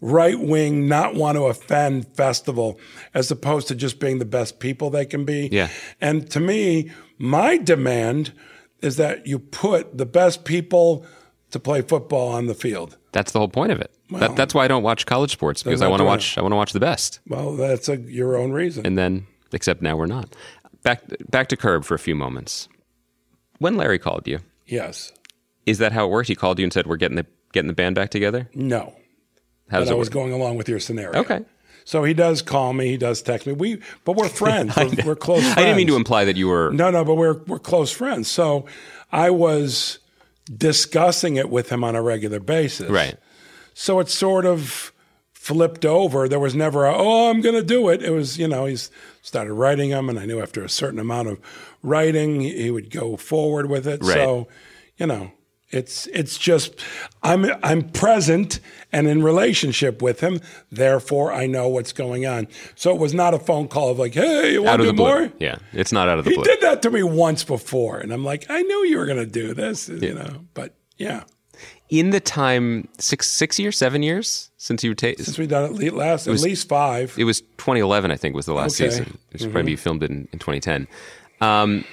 [SPEAKER 6] right wing not want to offend festival, as opposed to just being the best people they can be.
[SPEAKER 5] Yeah.
[SPEAKER 6] And to me, my demand is that you put the best people to play football on the field.
[SPEAKER 5] That's the whole point of it. that, that's why I don't watch college sports because I
[SPEAKER 6] not
[SPEAKER 5] want to
[SPEAKER 6] doing
[SPEAKER 5] watch. I want to watch the best.
[SPEAKER 6] Well, that's a, your own reason.
[SPEAKER 5] and then except now we're not. Back back to Curb for a few moments. When Larry called you,
[SPEAKER 6] yes.
[SPEAKER 5] is that how it worked? He called you and said, "We're getting the getting the band back together."
[SPEAKER 6] No.
[SPEAKER 5] How
[SPEAKER 6] But
[SPEAKER 5] does
[SPEAKER 6] I
[SPEAKER 5] it
[SPEAKER 6] was
[SPEAKER 5] work?
[SPEAKER 6] going along with your scenario.
[SPEAKER 5] okay.
[SPEAKER 6] So he does call me. He does text me. We, but we're friends. we're, we're close. Friends.
[SPEAKER 5] I didn't mean to imply that you were.
[SPEAKER 6] No, no, but we're we're close friends. So I was discussing it with him on a regular basis.
[SPEAKER 5] Right.
[SPEAKER 6] So it's sort of flipped over. There was never a, oh, I'm going to do it. It was, you know, he's started writing them, and I knew after a certain amount of writing, he he would go forward with it.
[SPEAKER 5] Right.
[SPEAKER 6] So, you know, it's it's just I'm I'm present and in relationship with him. Therefore, I know what's going on. So it was not a phone call of like, hey, you
[SPEAKER 5] Out
[SPEAKER 6] want
[SPEAKER 5] of the
[SPEAKER 6] to do
[SPEAKER 5] blue.
[SPEAKER 6] more?
[SPEAKER 5] Yeah, it's not out of the
[SPEAKER 6] He
[SPEAKER 5] blue.
[SPEAKER 6] did that to me once before, and I'm like, I knew you were going to do this, you know. But yeah,
[SPEAKER 5] In the time six six years, seven years since you ta-
[SPEAKER 6] since we done it le- last, at least five.
[SPEAKER 5] it was 2011, I think, was the last
[SPEAKER 6] Okay. Mm-hmm.
[SPEAKER 5] season. It was probably you filmed it in, in 2010. Um,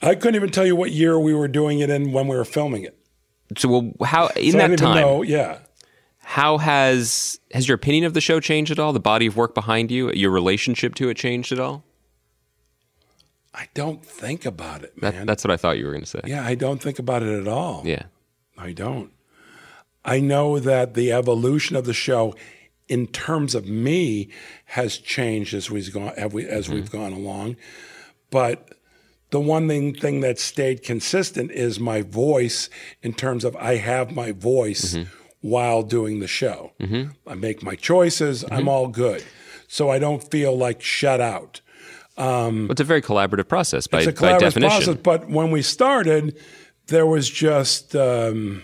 [SPEAKER 6] I couldn't even tell you what year we were doing it in when we were filming it.
[SPEAKER 5] So, well, how in
[SPEAKER 6] So I
[SPEAKER 5] that
[SPEAKER 6] didn't even
[SPEAKER 5] time,
[SPEAKER 6] know. Yeah.
[SPEAKER 5] how has has your opinion of the show changed at all? The body of work behind you, your relationship to it changed at all?
[SPEAKER 6] I don't think about it,
[SPEAKER 5] That,
[SPEAKER 6] man.
[SPEAKER 5] That's what I thought you were going to say.
[SPEAKER 6] yeah, I don't think about it at all.
[SPEAKER 5] Yeah.
[SPEAKER 6] I don't. I know that the evolution of the show, in terms of me, has changed as we've gone as, we, as
[SPEAKER 5] Mm-hmm.
[SPEAKER 6] we've gone along. But the one thing, thing that stayed consistent is my voice. In terms of, I have my voice
[SPEAKER 5] Mm-hmm.
[SPEAKER 6] while doing the show. I make my choices.
[SPEAKER 5] Mm-hmm.
[SPEAKER 6] I'm all good, so I don't feel like shut out.
[SPEAKER 5] Well, it's a very collaborative process by,
[SPEAKER 6] it's a
[SPEAKER 5] by
[SPEAKER 6] collaborative
[SPEAKER 5] definition.
[SPEAKER 6] process. But when we started, there was just um,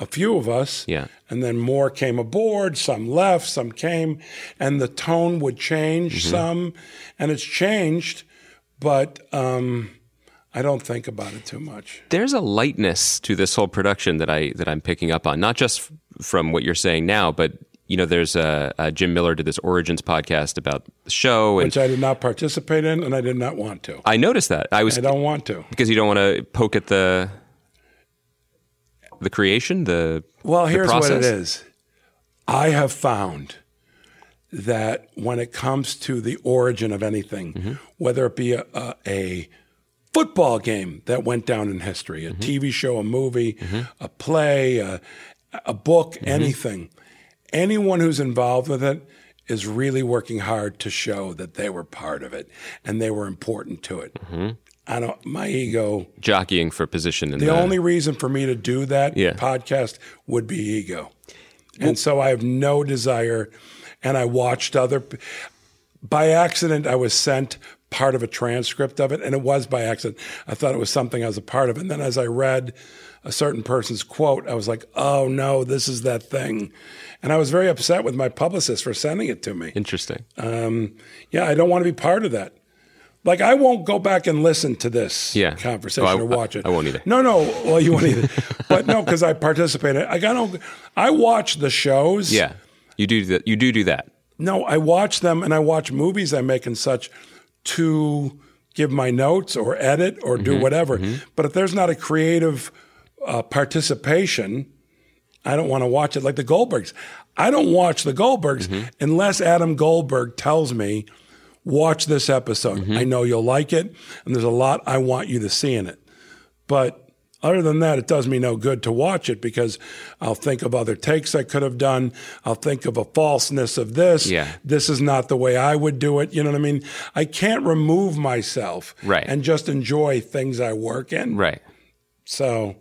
[SPEAKER 6] a few of us,
[SPEAKER 5] Yeah.
[SPEAKER 6] and then more came aboard. Some left, some came, and the tone would change some, and it's changed. But um, I don't think about it too much.
[SPEAKER 5] There's a lightness to this whole production that I that I'm picking up on, not just f- from what you're saying now, but you know, there's a, uh Jim Miller did this Origins podcast about the show, and
[SPEAKER 6] Which I did not participate in, and I did not want to.
[SPEAKER 5] I noticed that I was
[SPEAKER 6] I don't want to.
[SPEAKER 5] because you don't want to poke at the the creation the
[SPEAKER 6] Well,
[SPEAKER 5] the
[SPEAKER 6] here's what it
[SPEAKER 5] process?
[SPEAKER 6] is. I have found that when it comes to the origin of anything,
[SPEAKER 5] Mm-hmm.
[SPEAKER 6] whether it be a, a, a football game that went down in history, a
[SPEAKER 5] Mm-hmm.
[SPEAKER 6] TV show, a movie, a play, a, a book,
[SPEAKER 5] Mm-hmm.
[SPEAKER 6] anything, anyone who's involved with it is really working hard to show that they were part of it and they were important to it.
[SPEAKER 5] Mm-hmm.
[SPEAKER 6] I don't. My ego.
[SPEAKER 5] jockeying for position in
[SPEAKER 6] The only reason for me to do that
[SPEAKER 5] Yeah.
[SPEAKER 6] podcast would be ego. And so I have no desire. And I watched other, p- by accident, I was sent part of a transcript of it. And it was by accident. I thought it was something I was a part of. And then as I read a certain person's quote, I was like, oh no, this is that thing. And I was very upset with my publicist for sending it to me.
[SPEAKER 5] interesting
[SPEAKER 6] Uh, Yeah, I don't want to be part of that. Like, I won't go back and listen to this
[SPEAKER 5] Yeah.
[SPEAKER 6] conversation
[SPEAKER 5] Oh, I-
[SPEAKER 6] or watch it.
[SPEAKER 5] I won't either.
[SPEAKER 6] No, no. Well, you won't either. but no, because I participated. Like, I don't. I watch the shows.
[SPEAKER 5] yeah you do that you do do that
[SPEAKER 6] No, I watch them and I watch movies I make and such to give my notes or edit or
[SPEAKER 5] Mm-hmm.
[SPEAKER 6] do whatever. But if there's not a creative uh, participation, I don't want to watch it like the Goldbergs. I don't watch the Goldbergs
[SPEAKER 5] Mm-hmm.
[SPEAKER 6] unless Adam Goldberg tells me, watch this episode.
[SPEAKER 5] Mm-hmm.
[SPEAKER 6] I know you'll like it. And there's a lot I want you to see in it. But other than that, it does me no good to watch it because I'll think of other takes I could have done. I'll think of a falseness of this.
[SPEAKER 5] Yeah.
[SPEAKER 6] This is not the way I would do it. You know what I mean? I can't remove myself
[SPEAKER 5] Right.
[SPEAKER 6] and just enjoy things I work in.
[SPEAKER 5] right
[SPEAKER 6] So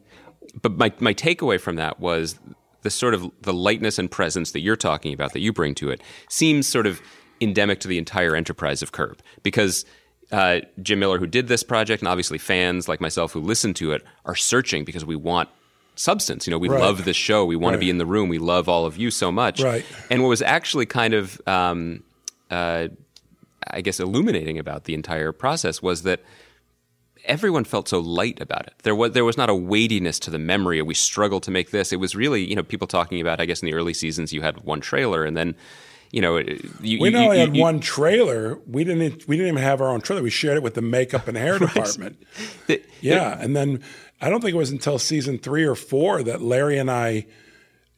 [SPEAKER 5] but my my takeaway from that was the sort of the lightness and presence that you're talking about that you bring to it seems sort of endemic to the entire enterprise of Curb because uh, Jim Miller, who did this project, and obviously fans like myself who listen to it are searching because we want substance. You know, we
[SPEAKER 6] Right.
[SPEAKER 5] love this show. We want to be in the room. We love all of you so much.
[SPEAKER 6] Right.
[SPEAKER 5] And what was actually kind of um, uh, I guess, illuminating about the entire process was that everyone felt so light about it. There was there was not a weightiness to the memory. We struggled to make this. It was really you know people talking about. I guess in the early seasons you had one trailer and then. You know, it- you,
[SPEAKER 6] we
[SPEAKER 5] you,
[SPEAKER 6] not only
[SPEAKER 5] you-
[SPEAKER 6] had
[SPEAKER 5] you-
[SPEAKER 6] one trailer. We didn't. e, We didn't even have our own trailer. We shared it with the makeup and hair department. yeah, and then I don't think it was until season three or four that Larry and I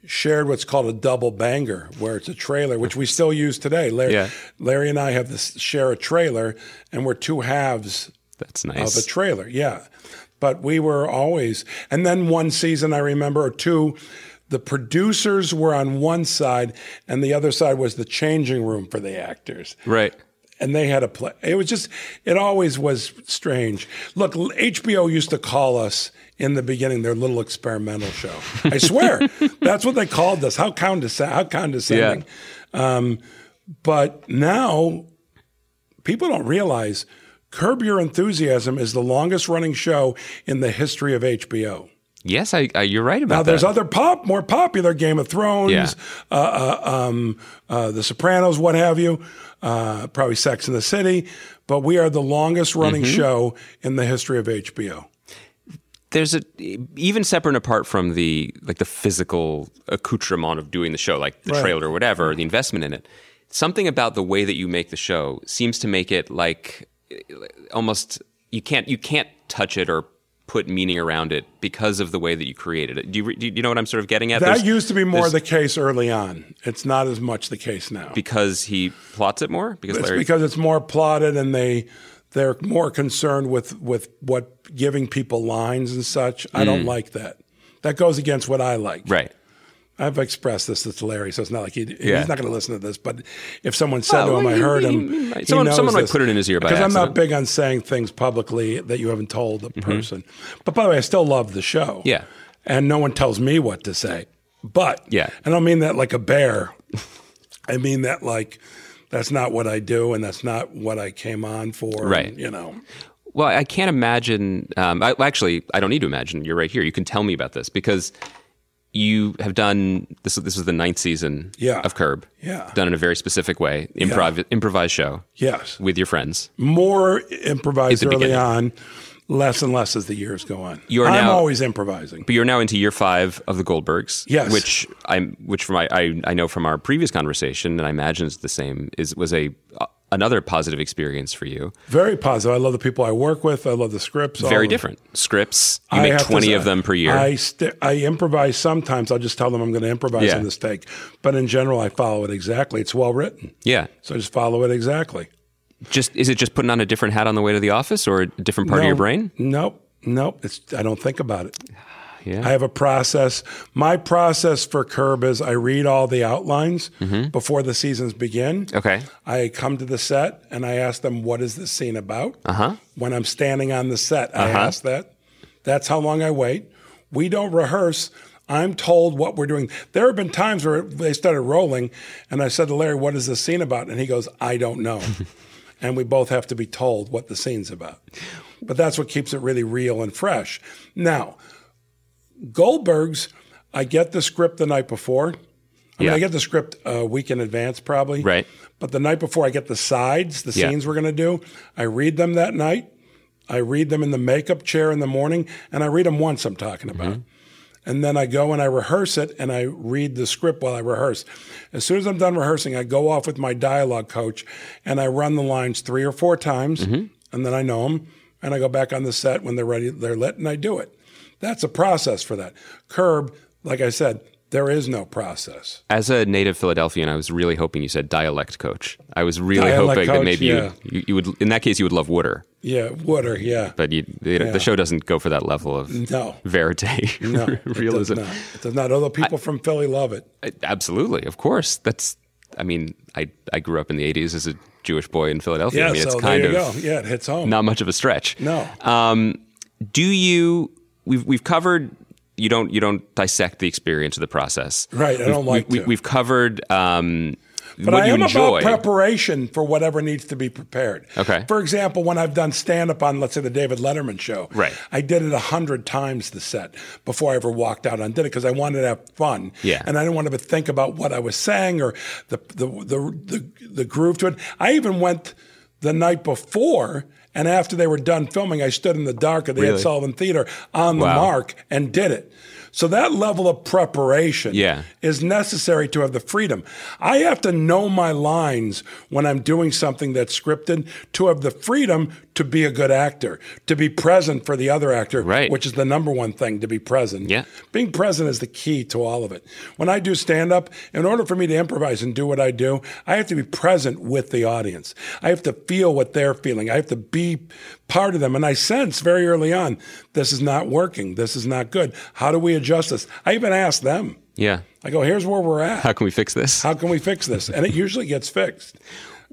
[SPEAKER 6] shared what's called a double banger, where it's a trailer, which we still use today. Larry,
[SPEAKER 5] Yeah.
[SPEAKER 6] Larry and I have this share a trailer, and we're two halves
[SPEAKER 5] That's
[SPEAKER 6] of a
[SPEAKER 5] nice.
[SPEAKER 6] trailer. Yeah. But we were always, and then one season I remember, or two, the producers were on one side, and the other side was the changing room for the actors.
[SPEAKER 5] right.
[SPEAKER 6] And they had a play. It was just, it always was strange. Look, l- HBO used to call us in the beginning their little experimental show. I swear, that's what they called us. How, condesc- how condescending. Um, But now people don't realize Curb Your Enthusiasm is the longest running show in the history of HBO.
[SPEAKER 5] Yes, I, I you're right
[SPEAKER 6] Now,
[SPEAKER 5] about
[SPEAKER 6] there's
[SPEAKER 5] that.
[SPEAKER 6] other pop, more popular Game of Thrones,
[SPEAKER 5] Yeah.
[SPEAKER 6] uh, uh, um, uh, The Sopranos, what have you, uh, probably Sex in the City, but we are the longest running
[SPEAKER 5] Mm-hmm.
[SPEAKER 6] show in the history of HBO.
[SPEAKER 5] there's a even separate and apart from the like the physical accoutrement of doing the show, like the
[SPEAKER 6] Right.
[SPEAKER 5] trailer or whatever, the investment in it. Something about the way that you make the show seems to make it like eh, almost you can't you can't touch it or put meaning around it because of the way that you created it. Do you, re- do you know what I'm sort of getting at?
[SPEAKER 6] That
[SPEAKER 5] There's-
[SPEAKER 6] used to be more
[SPEAKER 5] there's-
[SPEAKER 6] the case early on. It's not as much the case now.
[SPEAKER 5] because he plots it more because
[SPEAKER 6] it's
[SPEAKER 5] Larry
[SPEAKER 6] because it's more plotted and they they're more concerned with with what giving people lines and such. I don't
[SPEAKER 5] Mm.
[SPEAKER 6] like that. That goes against what I like.
[SPEAKER 5] right.
[SPEAKER 6] I've expressed this to Larry, so it's not like he,
[SPEAKER 5] Yeah.
[SPEAKER 6] he's not going to listen to this. But if someone said
[SPEAKER 5] Well,
[SPEAKER 6] to him, "I
[SPEAKER 5] he-
[SPEAKER 6] heard him,"
[SPEAKER 5] he might-
[SPEAKER 6] he
[SPEAKER 5] someone-
[SPEAKER 6] knows
[SPEAKER 5] someone might
[SPEAKER 6] this.
[SPEAKER 5] put it in his ear by
[SPEAKER 6] Because I'm not
[SPEAKER 5] accident. Mm-hmm.
[SPEAKER 6] big on saying things publicly that you haven't told a person. But by the way, I still love the show.
[SPEAKER 5] Yeah.
[SPEAKER 6] and no one tells me what to say. But
[SPEAKER 5] Yeah.
[SPEAKER 6] I don't mean that like a bear. I mean that like that's not what I do, and that's not what I came on for. and,
[SPEAKER 5] Right.
[SPEAKER 6] you know.
[SPEAKER 5] Well, I can't imagine. Um, I, well, actually, I don't need to imagine. You're right here. You can tell me about this because you have done this. This is the ninth season
[SPEAKER 6] Yeah.
[SPEAKER 5] of Curb.
[SPEAKER 6] Yeah.
[SPEAKER 5] done in a very specific way, improv improvised show
[SPEAKER 6] Yes.
[SPEAKER 5] with your friends.
[SPEAKER 6] More improvised
[SPEAKER 5] At the
[SPEAKER 6] early
[SPEAKER 5] beginning.
[SPEAKER 6] on, less and less as the years go on.
[SPEAKER 5] You are
[SPEAKER 6] I'm
[SPEAKER 5] now-
[SPEAKER 6] always improvising.
[SPEAKER 5] But you're now into year five of the Goldbergs.
[SPEAKER 6] Yes.
[SPEAKER 5] which I'm, which from my, I, I know from our previous conversation, and I imagine it's the same. Is was a uh, another positive experience for you.
[SPEAKER 6] Very positive. I love the people I work with. I love the scripts. all
[SPEAKER 5] Very
[SPEAKER 6] of it.
[SPEAKER 5] different scripts. You
[SPEAKER 6] Oh. I
[SPEAKER 5] make
[SPEAKER 6] have to
[SPEAKER 5] twenty
[SPEAKER 6] say,
[SPEAKER 5] of them per year.
[SPEAKER 6] I sti I improvise sometimes. I'll just tell them I'm going to improvise
[SPEAKER 5] Yeah.
[SPEAKER 6] on this take. But in general, I follow it exactly. It's well written,
[SPEAKER 5] yeah.
[SPEAKER 6] so I just follow it exactly.
[SPEAKER 5] Just is it just putting on a different hat on the way to the office or a different part of your brain?
[SPEAKER 6] Nope. Nope. It's I don't think about it.
[SPEAKER 5] Yeah.
[SPEAKER 6] I have a process. My process for Curb is I read all the outlines before the seasons begin.
[SPEAKER 5] Mm-hmm. Okay.
[SPEAKER 6] I come to the set and I ask them, what is this scene about? Uh-huh. When I'm standing on the set, I
[SPEAKER 5] Uh-huh.
[SPEAKER 6] ask that. That's how long I wait. We don't rehearse. I'm told what we're doing. There have been times where they started rolling and I said to Larry, what is this scene about? And he goes, I don't know. and we both have to be told what the scene's about. But that's what keeps it really real and fresh. Now, Goldberg's, I get the script the night before. I mean,
[SPEAKER 5] Yeah.
[SPEAKER 6] I get the script a week in advance, probably.
[SPEAKER 5] Right.
[SPEAKER 6] But the night before, I get the sides, the
[SPEAKER 5] Yeah.
[SPEAKER 6] scenes we're going to do. I read them that night. I read them in the makeup chair in the morning, and I read them once. I'm talking about.
[SPEAKER 5] Mm-hmm.
[SPEAKER 6] And then I go and I rehearse it and I read the script while I rehearse. As soon as I'm done rehearsing, I go off with my dialogue coach and I run the lines three or four times
[SPEAKER 5] Mm-hmm.
[SPEAKER 6] and then I know them and I go back on the set when they're ready, they're lit, and I do it. That's a process for that. Curb, like I said, there is no process.
[SPEAKER 5] As a native Philadelphian, I was really hoping you said dialect coach. I was really hoping
[SPEAKER 6] Dialect
[SPEAKER 5] that
[SPEAKER 6] coach,
[SPEAKER 5] maybe
[SPEAKER 6] yeah.
[SPEAKER 5] you, you, you would, in that case, you would love Wooder,
[SPEAKER 6] Yeah, Wooder, yeah.
[SPEAKER 5] but you, the, the show doesn't go for that level of
[SPEAKER 6] No.
[SPEAKER 5] verite
[SPEAKER 6] No, it does
[SPEAKER 5] realism.
[SPEAKER 6] not. It does not. Although people from Philly love it.
[SPEAKER 5] I- Absolutely, of course. That's, I mean, I I grew up in the '80s as a Jewish boy in Philadelphia.
[SPEAKER 6] Yeah,
[SPEAKER 5] I mean,
[SPEAKER 6] so
[SPEAKER 5] it's kind
[SPEAKER 6] there you
[SPEAKER 5] of
[SPEAKER 6] go. Yeah, it hits home.
[SPEAKER 5] not much of a stretch.
[SPEAKER 6] No.
[SPEAKER 5] Um, do you? We've we've covered. You don't you don't dissect the experience of the process.
[SPEAKER 6] Right, I
[SPEAKER 5] We've-
[SPEAKER 6] don't like
[SPEAKER 5] We,
[SPEAKER 6] to.
[SPEAKER 5] we, have covered. Um,
[SPEAKER 6] But
[SPEAKER 5] what
[SPEAKER 6] I
[SPEAKER 5] you
[SPEAKER 6] am
[SPEAKER 5] enjoy.
[SPEAKER 6] about preparation for whatever needs to be prepared.
[SPEAKER 5] Okay.
[SPEAKER 6] For example, when I've done stand up on, let's say, the David Letterman show,
[SPEAKER 5] Right.
[SPEAKER 6] I did it a hundred times the set before I ever walked out and did it because I wanted to have fun.
[SPEAKER 5] Yeah.
[SPEAKER 6] And I didn't want to think about what I was saying or the the the the, the groove to it. I even went the night before. And after they were done filming, I stood in the dark at the Ed
[SPEAKER 5] Really?
[SPEAKER 6] Sullivan Theater on the
[SPEAKER 5] Wow.
[SPEAKER 6] mark and did it. So that level of preparation
[SPEAKER 5] Yeah.
[SPEAKER 6] is necessary to have the freedom. I have to know my lines when I'm doing something that's scripted to have the freedom to be a good actor, to be present for the other actor,
[SPEAKER 5] Right.
[SPEAKER 6] which is the number one thing to be present.
[SPEAKER 5] Yeah.
[SPEAKER 6] Being present is the key to all of it. When I do stand up, in order for me to improvise and do what I do, I have to be present with the audience. I have to feel what they're feeling. I have to be part of them. And I sense very early on, this is not working. This is not good. How do we adjust this? I even ask them.
[SPEAKER 5] yeah.
[SPEAKER 6] I go, here's where we're
[SPEAKER 5] How
[SPEAKER 6] at.
[SPEAKER 5] can we fix this?
[SPEAKER 6] How can we fix this? And it usually gets fixed.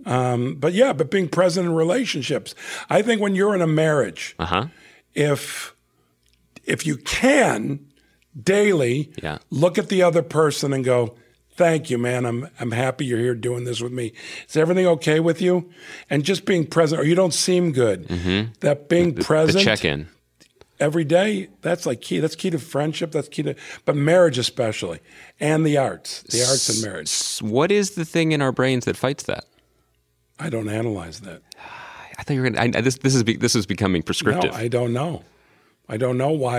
[SPEAKER 6] Um, but yeah, but being present in relationships, I think when you're in a marriage,
[SPEAKER 5] huh?
[SPEAKER 6] if if you can daily
[SPEAKER 5] Yeah.
[SPEAKER 6] look at the other person and go, "Thank you, man. I'm I'm happy you're here doing this with me. Is everything okay with you?" And just being present, or you don't seem good. That being
[SPEAKER 5] Mm-hmm. The
[SPEAKER 6] present
[SPEAKER 5] check in.
[SPEAKER 6] every day that's like key that's key to friendship that's key to but marriage especially and the arts the arts and marriage
[SPEAKER 5] What is the thing in our brains that fights that?
[SPEAKER 6] i don't analyze that
[SPEAKER 5] I thought you were going to. This, this, is be, this is becoming
[SPEAKER 6] no
[SPEAKER 5] prescriptive.
[SPEAKER 6] i don't know i don't know why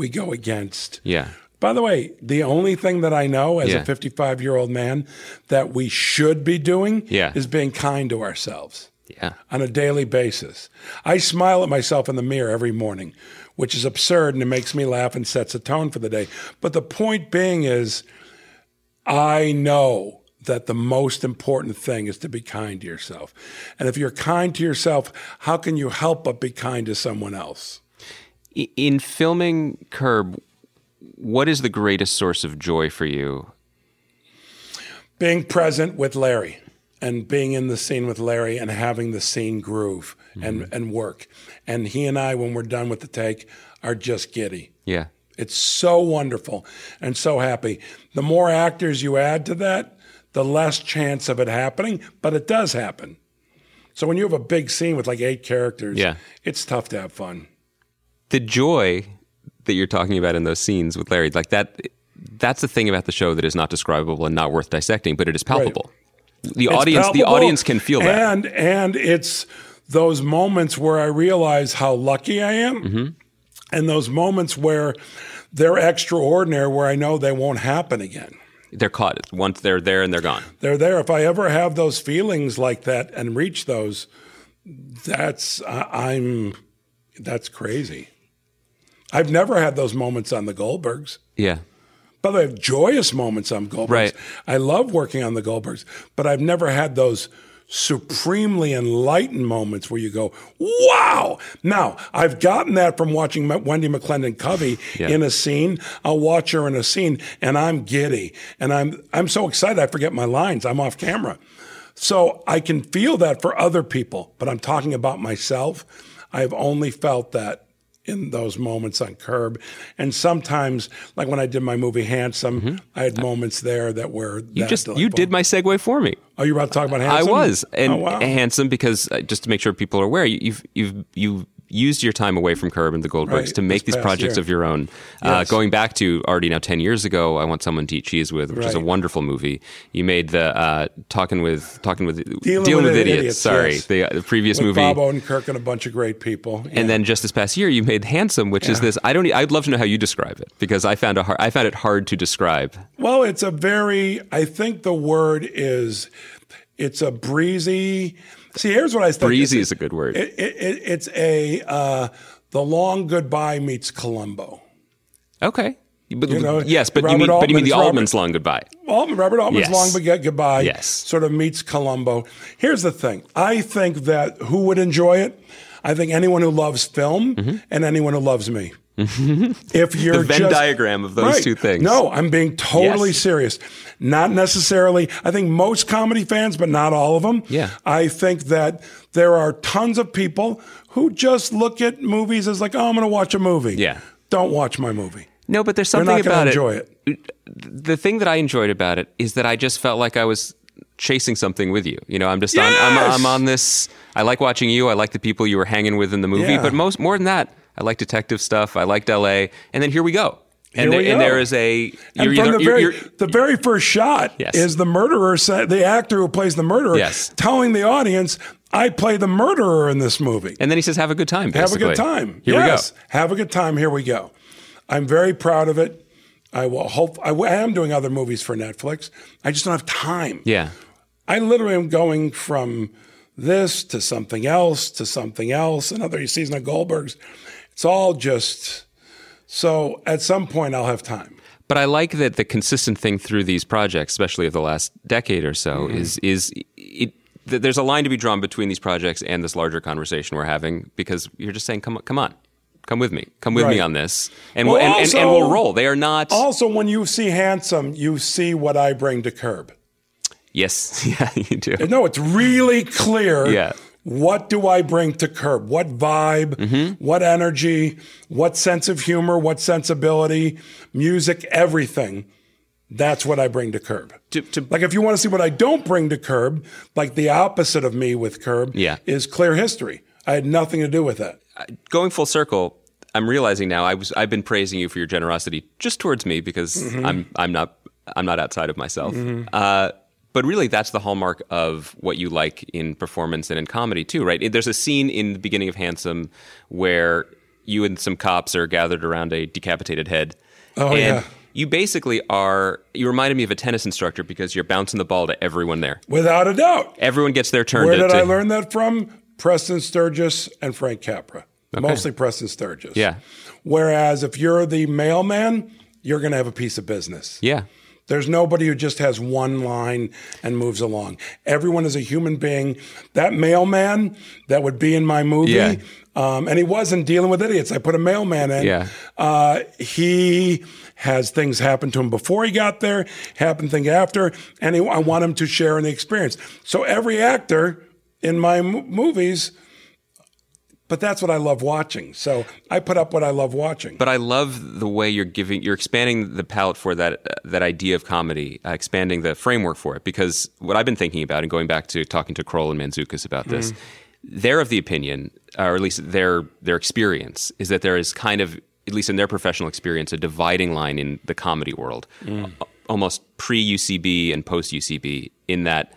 [SPEAKER 6] we go against
[SPEAKER 5] yeah.
[SPEAKER 6] by the way the only thing that i know as
[SPEAKER 5] Yeah.
[SPEAKER 6] a 55 year old man that we should be doing
[SPEAKER 5] Yeah.
[SPEAKER 6] is being kind to ourselves
[SPEAKER 5] Yeah.
[SPEAKER 6] on a daily basis. I smile at myself in the mirror every morning, which is absurd and it makes me laugh and sets a tone for the day. But the point being is, I know that the most important thing is to be kind to yourself. And if you're kind to yourself, how can you help but be kind to someone else?
[SPEAKER 5] I- In filming Curb, what is the greatest source of joy for you?
[SPEAKER 6] being present with Larry and being in the scene with Larry and having the scene groove and, and work. And he and I, when we're done with the take, are just giddy.
[SPEAKER 5] Yeah.
[SPEAKER 6] It's so wonderful and so happy. The more actors you add to that, the less chance of it happening, but it does happen. So when you have a big scene with like eight characters,
[SPEAKER 5] Yeah.
[SPEAKER 6] it's tough to have fun.
[SPEAKER 5] The joy that you're talking about in those scenes with Larry, like that, that's the thing about the show that is not describable and not worth dissecting, but it is palpable. The
[SPEAKER 6] It's
[SPEAKER 5] audience, the
[SPEAKER 6] palpable,
[SPEAKER 5] audience can feel that.
[SPEAKER 6] And and it's those moments where I realize how lucky I am,
[SPEAKER 5] Mm-hmm.
[SPEAKER 6] and those moments where they're extraordinary, where I know they won't happen again.
[SPEAKER 5] They're caught once they're there and they're gone.
[SPEAKER 6] They're there. If I ever have those feelings like that and reach those, that's I I'm that's crazy. I've never had those moments on the Goldbergs.
[SPEAKER 5] Yeah.
[SPEAKER 6] By the way, I have joyous moments on Goldbergs.
[SPEAKER 5] Right.
[SPEAKER 6] I love working on the Goldbergs, but I've never had those supremely enlightened moments where you go, wow. Now, I've gotten that from watching M- Wendy McClendon Covey
[SPEAKER 5] Yeah.
[SPEAKER 6] in a scene. I'll watch her in a scene and I'm giddy and I'm, I'm so excited. I forget my lines. I'm off camera. So I can feel that for other people, but I'm talking about myself. I've only felt that in those moments on Curb. And sometimes, like when I did my movie Handsome, I had moments there that were
[SPEAKER 5] Mm-hmm. You just you did my segue for me.
[SPEAKER 6] Oh, you were about to talk about
[SPEAKER 5] I
[SPEAKER 6] Handsome?
[SPEAKER 5] was and
[SPEAKER 6] oh, wow.
[SPEAKER 5] handsome because uh, just to make sure people are aware, you- you've you've you used your time away from Curb and the Goldbergs
[SPEAKER 6] Right,
[SPEAKER 5] to make
[SPEAKER 6] this
[SPEAKER 5] these
[SPEAKER 6] past
[SPEAKER 5] projects
[SPEAKER 6] year.
[SPEAKER 5] of your own. Uh, going back to already now ten years ago, I want someone to eat cheese with, which is a
[SPEAKER 6] Right.
[SPEAKER 5] wonderful movie. You made the uh, talking with talking with
[SPEAKER 6] Dealing with
[SPEAKER 5] idiots.
[SPEAKER 6] Idiots,
[SPEAKER 5] sorry,
[SPEAKER 6] yes.
[SPEAKER 5] the, uh, the previous
[SPEAKER 6] With
[SPEAKER 5] movie.
[SPEAKER 6] Bob Odenkirk and a bunch of great people. Yeah.
[SPEAKER 5] And then just this past year, you made handsome, which is this. I don't. e- I'd love to know how you describe it because I found a hard, I found it hard to describe.
[SPEAKER 6] Well, it's a very, I think the word is, it's a breezy. See, here's what I think.
[SPEAKER 5] Breezy
[SPEAKER 6] It's-
[SPEAKER 5] is a good word.
[SPEAKER 6] It, it, it, it's a, uh, the long goodbye meets Columbo.
[SPEAKER 5] okay. But,
[SPEAKER 6] know,
[SPEAKER 5] yes, but you
[SPEAKER 6] Robert
[SPEAKER 5] mean but you mean
[SPEAKER 6] Altman's
[SPEAKER 5] the
[SPEAKER 6] Robert-
[SPEAKER 5] Altman's long goodbye.
[SPEAKER 6] Altman, Robert Altman's
[SPEAKER 5] Yes.
[SPEAKER 6] Long Baguette Goodbye
[SPEAKER 5] Yes.
[SPEAKER 6] sort of meets Columbo. Here's the thing I think that who would enjoy it? I think anyone who loves film and anyone who loves me. if you're
[SPEAKER 5] Mm-hmm. The Venn
[SPEAKER 6] just-
[SPEAKER 5] diagram of those
[SPEAKER 6] Right.
[SPEAKER 5] two things.
[SPEAKER 6] No, I'm being totally
[SPEAKER 5] Yes.
[SPEAKER 6] serious. Not necessarily, I think most comedy fans, but not all of them.
[SPEAKER 5] Yeah.
[SPEAKER 6] I think that there are tons of people who just look at movies as like, oh, I'm going to watch a movie.
[SPEAKER 5] Yeah.
[SPEAKER 6] Don't watch my movie.
[SPEAKER 5] No, but there's
[SPEAKER 6] They're
[SPEAKER 5] something
[SPEAKER 6] not going
[SPEAKER 5] about
[SPEAKER 6] to
[SPEAKER 5] it.
[SPEAKER 6] enjoy it.
[SPEAKER 5] The thing that I enjoyed about it is that I just felt like I was chasing something with you. You know, I'm just on, I'm,
[SPEAKER 6] Yes!
[SPEAKER 5] I'm on this. I like watching you. I like the people you were hanging with in the movie.
[SPEAKER 6] Yeah.
[SPEAKER 5] But most, more than that, I like detective stuff. I liked L.A. And then here we go. And,
[SPEAKER 6] Here we
[SPEAKER 5] there, and
[SPEAKER 6] go.
[SPEAKER 5] there is a you're,
[SPEAKER 6] And
[SPEAKER 5] you
[SPEAKER 6] from
[SPEAKER 5] know,
[SPEAKER 6] the
[SPEAKER 5] you're-
[SPEAKER 6] very
[SPEAKER 5] you're-
[SPEAKER 6] the very first shot
[SPEAKER 5] Yes.
[SPEAKER 6] is the murderer, sa- the actor who plays the murderer,
[SPEAKER 5] Yes.
[SPEAKER 6] telling the audience, "I play the murderer in this movie.
[SPEAKER 5] and then he says, "Have a good time."
[SPEAKER 6] Have a
[SPEAKER 5] basically.
[SPEAKER 6] good time.
[SPEAKER 5] Here
[SPEAKER 6] yes, have a good time. Here we go. I'm very proud of it. I will hope. I, w- I am doing other movies for Netflix. I just don't have time.
[SPEAKER 5] we go. Yeah.
[SPEAKER 6] I literally am going from this to something else to something else. Another season of Goldberg's. It's all just. So at some point, I'll have time.
[SPEAKER 5] But I like that the consistent thing through these projects, especially of the last decade or so,
[SPEAKER 6] Mm-hmm.
[SPEAKER 5] is is it, th- there's a line to be drawn between these projects and this larger conversation we're having because you're just saying, come on, come on, come with me, come with me
[SPEAKER 6] Right.
[SPEAKER 5] on this, and
[SPEAKER 6] Well,
[SPEAKER 5] we'll and, and, and
[SPEAKER 6] also-
[SPEAKER 5] we'll roll. They are not.
[SPEAKER 6] Also, when you see handsome, you see what I bring to curb.
[SPEAKER 5] yes, yeah, you do.
[SPEAKER 6] No, it's really clear.
[SPEAKER 5] Yeah.
[SPEAKER 6] What do I bring to curb? What vibe?
[SPEAKER 5] Mm-hmm.
[SPEAKER 6] What energy? What sense of humor? What sensibility? Music? Everything. That's what I bring to curb.
[SPEAKER 5] To- to-
[SPEAKER 6] like if you want to see what I don't bring to curb, like the opposite of me with curb
[SPEAKER 5] Yeah.
[SPEAKER 6] is clear history. I had nothing to do with that.
[SPEAKER 5] Going full circle, I'm realizing now I was I've been praising you for your generosity just towards me because
[SPEAKER 6] Mm-hmm.
[SPEAKER 5] I'm I'm not I'm not outside of myself. Uh, but really, that's the hallmark of what you like in performance and in comedy too, right? There's a scene in the beginning of Handsome where you and some cops are gathered around a decapitated head.
[SPEAKER 6] Oh,
[SPEAKER 5] and
[SPEAKER 6] yeah.
[SPEAKER 5] you basically are. You reminded me of a tennis instructor because you're bouncing the ball to everyone there.
[SPEAKER 6] without a doubt.
[SPEAKER 5] Everyone gets their turn.
[SPEAKER 6] Where
[SPEAKER 5] to,
[SPEAKER 6] did
[SPEAKER 5] to-
[SPEAKER 6] I learn that from? Preston Sturgis and Frank Capra. Mostly Preston Sturgis.
[SPEAKER 5] Yeah.
[SPEAKER 6] Whereas if you're the mailman, you're going to have a piece of business.
[SPEAKER 5] Yeah,
[SPEAKER 6] There's nobody who just has one line and moves along. Everyone is a human being. That mailman that would be in my movie,
[SPEAKER 5] Yeah.
[SPEAKER 6] um, and he wasn't dealing with idiots. I put a mailman in.
[SPEAKER 5] Yeah.
[SPEAKER 6] Uh, he has things happen to him before he got there, happen thing after, and he, I want him to share in the experience. So every actor in my mo- movies, but that's what I love watching. So I put up what I love watching.
[SPEAKER 5] but I love the way you're giving. You're expanding the palette for that uh, that idea of comedy, uh, expanding the framework for it. Because what I've been thinking about, and going back to talking to Kroll and Manzukas about this, they're of the opinion, uh, or at least their their experience, is that there is kind of, at least in their professional experience, a dividing line in the comedy world, a- almost pre UCB and post UCB, in that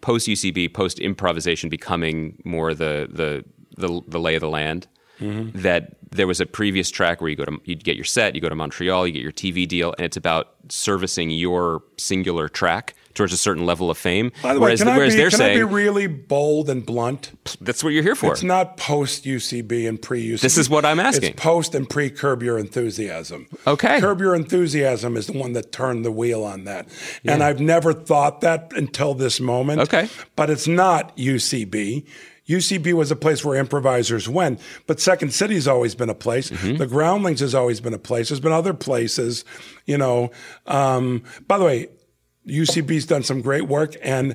[SPEAKER 5] post UCB, post improvisation becoming more the the the, the lay of the land. That there was a previous track where you go to you get your set, you go to Montreal, you get your TV deal, and it's about servicing your singular track towards a certain level of fame.
[SPEAKER 6] By the way,
[SPEAKER 5] whereas
[SPEAKER 6] can,
[SPEAKER 5] whereas
[SPEAKER 6] I, be,
[SPEAKER 5] they're
[SPEAKER 6] can I
[SPEAKER 5] saying
[SPEAKER 6] be really bold and blunt?
[SPEAKER 5] that's what you're here for.
[SPEAKER 6] It's not post UCB and pre UCB.
[SPEAKER 5] This is what I'm asking.
[SPEAKER 6] It's post and pre Curb Your Enthusiasm.
[SPEAKER 5] Okay.
[SPEAKER 6] Curb Your Enthusiasm is the one that turned the wheel on that. And I've never thought that until this moment.
[SPEAKER 5] Okay.
[SPEAKER 6] But it's not UCB. UCB was a place where improvisers went, but Second City's always been a place.
[SPEAKER 5] Mm-hmm.
[SPEAKER 6] The Groundlings has always been a place. There's been other places, you know. Um, by the way, UCB's done some great work, and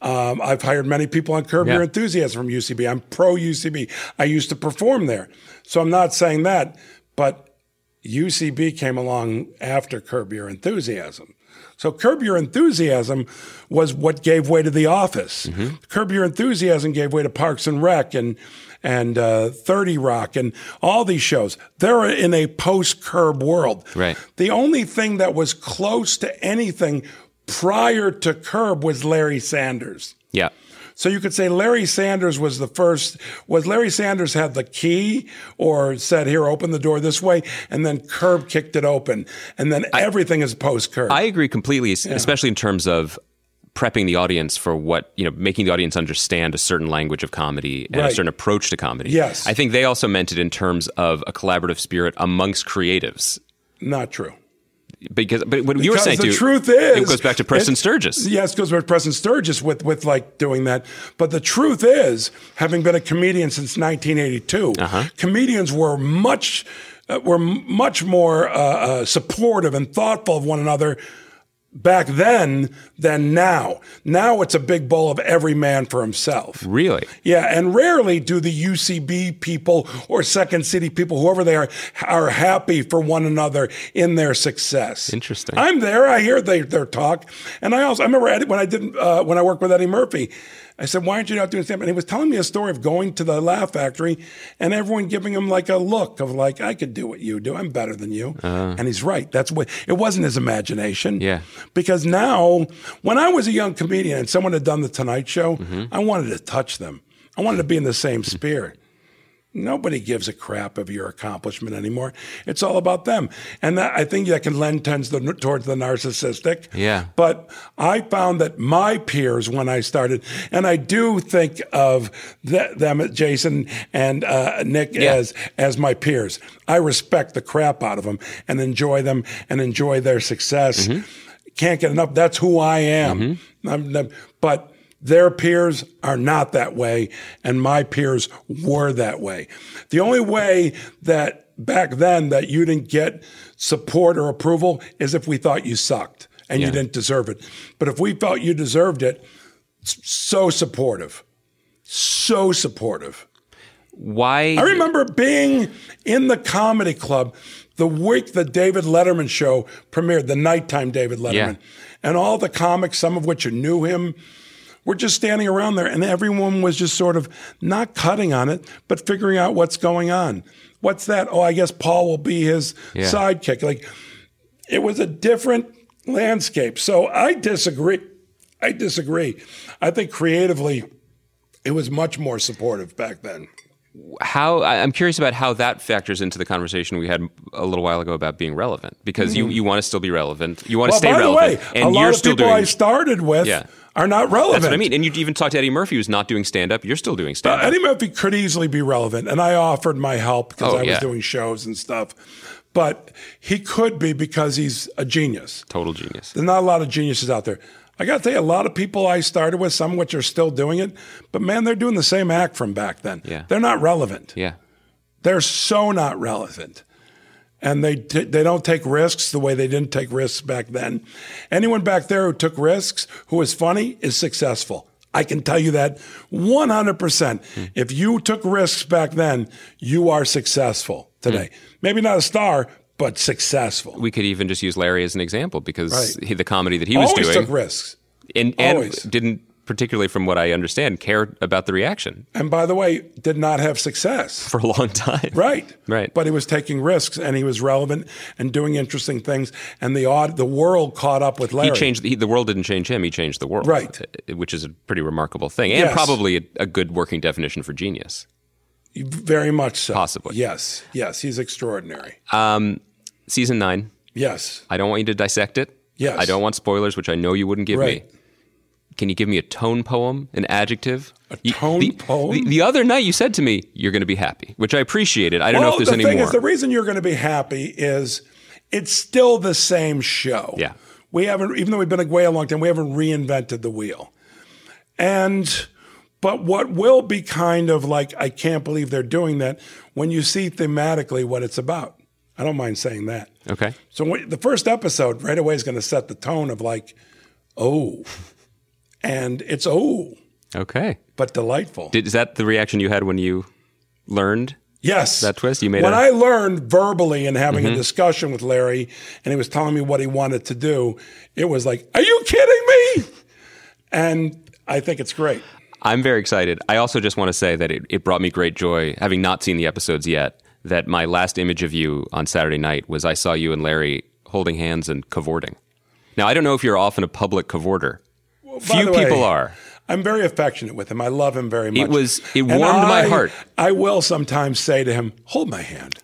[SPEAKER 6] um, I've hired many people on Curb Your
[SPEAKER 5] Yeah.
[SPEAKER 6] Enthusiasm from UCB. I'm pro UCB. I used to perform there, so I'm not saying that. But UCB came along after Curb Your Enthusiasm. So Curb Your Enthusiasm was what gave way to The Office. Curb Your Enthusiasm gave way to Parks and Rec and and uh, Thirty Rock and all these shows. They're in a post Curb world.
[SPEAKER 5] Right.
[SPEAKER 6] The only thing that was close to anything prior to Curb was Larry Sanders.
[SPEAKER 5] yeah,
[SPEAKER 6] So you could say Larry Sanders was the first. Was Larry Sanders had the key or said, "Here, open the door this way," and then Curb kicked it open, and then everything is post Curb.
[SPEAKER 5] I agree completely, es- especially in terms of prepping the audience for what you know, making the audience understand a certain language of comedy and
[SPEAKER 6] Right.
[SPEAKER 5] a certain approach to comedy.
[SPEAKER 6] Yes.
[SPEAKER 5] I think they also meant it in terms of a collaborative spirit amongst creatives.
[SPEAKER 6] Not true.
[SPEAKER 5] because but what you were
[SPEAKER 6] Because
[SPEAKER 5] saying
[SPEAKER 6] the
[SPEAKER 5] too,
[SPEAKER 6] truth is
[SPEAKER 5] it goes back to Preston
[SPEAKER 6] it-
[SPEAKER 5] Sturgis.
[SPEAKER 6] Yes, it goes back to Preston Sturgis with with like doing that. But the truth is, having been a comedian since 1982, comedians were much uh, were m- much more uh, uh, supportive and thoughtful of one another back then than now. Now it's a big bowl of every man for himself.
[SPEAKER 5] Really?
[SPEAKER 6] Yeah, and rarely do the UCB people or Second City people, whoever they are, are happy for one another in their success.
[SPEAKER 5] Interesting.
[SPEAKER 6] I'm there. I hear they, their talk, and I also I remember Eddie- when I did uh, when I worked with Eddie Murphy. I said, "Why aren't you out doing stand?" And he was telling me a story of going to the Laugh Factory and everyone giving him like a look of like, "I could do what you do. I'm better than you." and he's right. That's what it wasn't his imagination.
[SPEAKER 5] Uh-huh. Yeah.
[SPEAKER 6] Because now, when I was a young comedian and someone had done the Tonight Show,
[SPEAKER 5] Mm-hmm.
[SPEAKER 6] I wanted to touch them. I wanted to be in the same spirit. Nobody gives a crap of your accomplishment anymore. It's all about them. And that, I think that can lend tends to, towards the narcissistic.
[SPEAKER 5] Yeah.
[SPEAKER 6] But I found that my peers, when I started, and I do think of th- them, Jason and uh, Nick,
[SPEAKER 5] Yeah.
[SPEAKER 6] as as my peers. I respect the crap out of them and enjoy them and enjoy their success. Can't get enough. That's who I am. I'm the- but their peers are not that way, and my peers were that way. The only way that back then that you didn't get support or approval is if we thought you sucked and you
[SPEAKER 5] Yeah.
[SPEAKER 6] didn't deserve it. But if we felt you deserved it, s- so supportive, so supportive.
[SPEAKER 5] Why?
[SPEAKER 6] I remember being in the comedy club the week the David Letterman show premiered, the nighttime David Letterman.
[SPEAKER 5] Yeah.
[SPEAKER 6] And all the comics, some of which knew him, were just standing around there and everyone was just sort of not cutting on it, but figuring out what's going on. What's that? Oh, I guess Paul will be his
[SPEAKER 5] Yeah.
[SPEAKER 6] sidekick. Like it was a different landscape. So I disagree. I disagree. I think creatively it was much more supportive back then.
[SPEAKER 5] how I- I'm curious about how that factors into the conversation we had a little while ago about being relevant because you, you want to still be relevant, you want to
[SPEAKER 6] Mm-hmm. Well,
[SPEAKER 5] stay
[SPEAKER 6] by
[SPEAKER 5] relevant,
[SPEAKER 6] the way,
[SPEAKER 5] and
[SPEAKER 6] a
[SPEAKER 5] you're
[SPEAKER 6] lot of
[SPEAKER 5] still
[SPEAKER 6] people
[SPEAKER 5] doing.
[SPEAKER 6] I started with
[SPEAKER 5] Yeah.
[SPEAKER 6] are not relevant.
[SPEAKER 5] that's what I mean, and you even talked to Eddie Murphy, who's not doing stand up. You're still doing
[SPEAKER 6] Uh,
[SPEAKER 5] stand up.
[SPEAKER 6] Eddie Murphy could easily be relevant, and I offered my help because
[SPEAKER 5] Oh,
[SPEAKER 6] I was
[SPEAKER 5] yeah.
[SPEAKER 6] doing shows and stuff. But he could be because he's a genius.
[SPEAKER 5] Total genius.
[SPEAKER 6] There's not a lot of geniuses out there. I got to tell you, a lot of people I started with, some of which are still doing it, but man, they're doing the same act from back then.
[SPEAKER 5] Yeah.
[SPEAKER 6] They're not relevant.
[SPEAKER 5] Yeah,
[SPEAKER 6] They're so not relevant. And they, t- they don't take risks the way they didn't take risks back then. Anyone back there who took risks, who was funny, is successful. I can tell you that 100%.
[SPEAKER 5] Hmm.
[SPEAKER 6] If you took risks back then, you are successful today.
[SPEAKER 5] Hmm.
[SPEAKER 6] Maybe not a star, but successful.
[SPEAKER 5] we could even just use Larry as an example because
[SPEAKER 6] Right.
[SPEAKER 5] he, the comedy that he was
[SPEAKER 6] Always
[SPEAKER 5] doing
[SPEAKER 6] took risks.
[SPEAKER 5] and, and
[SPEAKER 6] Always.
[SPEAKER 5] didn't particularly, from what I understand, care about the reaction
[SPEAKER 6] And by the way, did not have success.
[SPEAKER 5] for a long time.
[SPEAKER 6] Right.
[SPEAKER 5] Right.
[SPEAKER 6] But he was taking risks and he was relevant and doing interesting things. And the, odd, the world caught up with Larry.
[SPEAKER 5] He changed he, the world. Didn't change him. He changed the world.
[SPEAKER 6] Right.
[SPEAKER 5] uh, Which is a pretty remarkable thing, and
[SPEAKER 6] Yes.
[SPEAKER 5] probably a, a good working definition for genius.
[SPEAKER 6] Very much so.
[SPEAKER 5] Possibly.
[SPEAKER 6] Yes. Yes. He's extraordinary.
[SPEAKER 5] Um, Season nine.
[SPEAKER 6] yes.
[SPEAKER 5] I don't want you to dissect it.
[SPEAKER 6] Yes.
[SPEAKER 5] I don't want spoilers, which I know you wouldn't give
[SPEAKER 6] Right.
[SPEAKER 5] me. Can you give me a tone poem, an adjective? A
[SPEAKER 6] tone
[SPEAKER 5] the,
[SPEAKER 6] poem?
[SPEAKER 5] The, the other night you said to me, "You're going to be happy," which I appreciated. I don't know if there's
[SPEAKER 6] Oh, the
[SPEAKER 5] any
[SPEAKER 6] thing
[SPEAKER 5] more.
[SPEAKER 6] is, the reason you're going to be happy is it's still the same show.
[SPEAKER 5] Yeah.
[SPEAKER 6] We haven't, even though we've been away a long time, we haven't reinvented the wheel. And, but what will be kind of like, I can't believe they're doing that when you see thematically what it's about. I don't mind saying that.
[SPEAKER 5] okay.
[SPEAKER 6] So when, the first episode right away is going to set the tone of like, oh, and it's oh,
[SPEAKER 5] Okay.
[SPEAKER 6] but delightful.
[SPEAKER 5] Did, is that the reaction you had when you learned?
[SPEAKER 6] Yes.
[SPEAKER 5] That twist, you made
[SPEAKER 6] When
[SPEAKER 5] a- Mm-hmm.
[SPEAKER 6] I learned verbally and having a discussion with Larry and he was telling me what he wanted to do, it was like, Are you kidding me? And I think it's great.
[SPEAKER 5] I'm very excited. I also just want to say that it, it brought me great joy, having not seen the episodes yet, that my last image of you on Saturday night was I saw you and Larry holding hands and cavorting. Now, I don't know if you're often a public cavorter. Few
[SPEAKER 6] the way,
[SPEAKER 5] people are.
[SPEAKER 6] I'm very affectionate with him. I love him very much.
[SPEAKER 5] was- it
[SPEAKER 6] And
[SPEAKER 5] warmed my
[SPEAKER 6] I-
[SPEAKER 5] heart.
[SPEAKER 6] I will sometimes say to him, Hold my hand.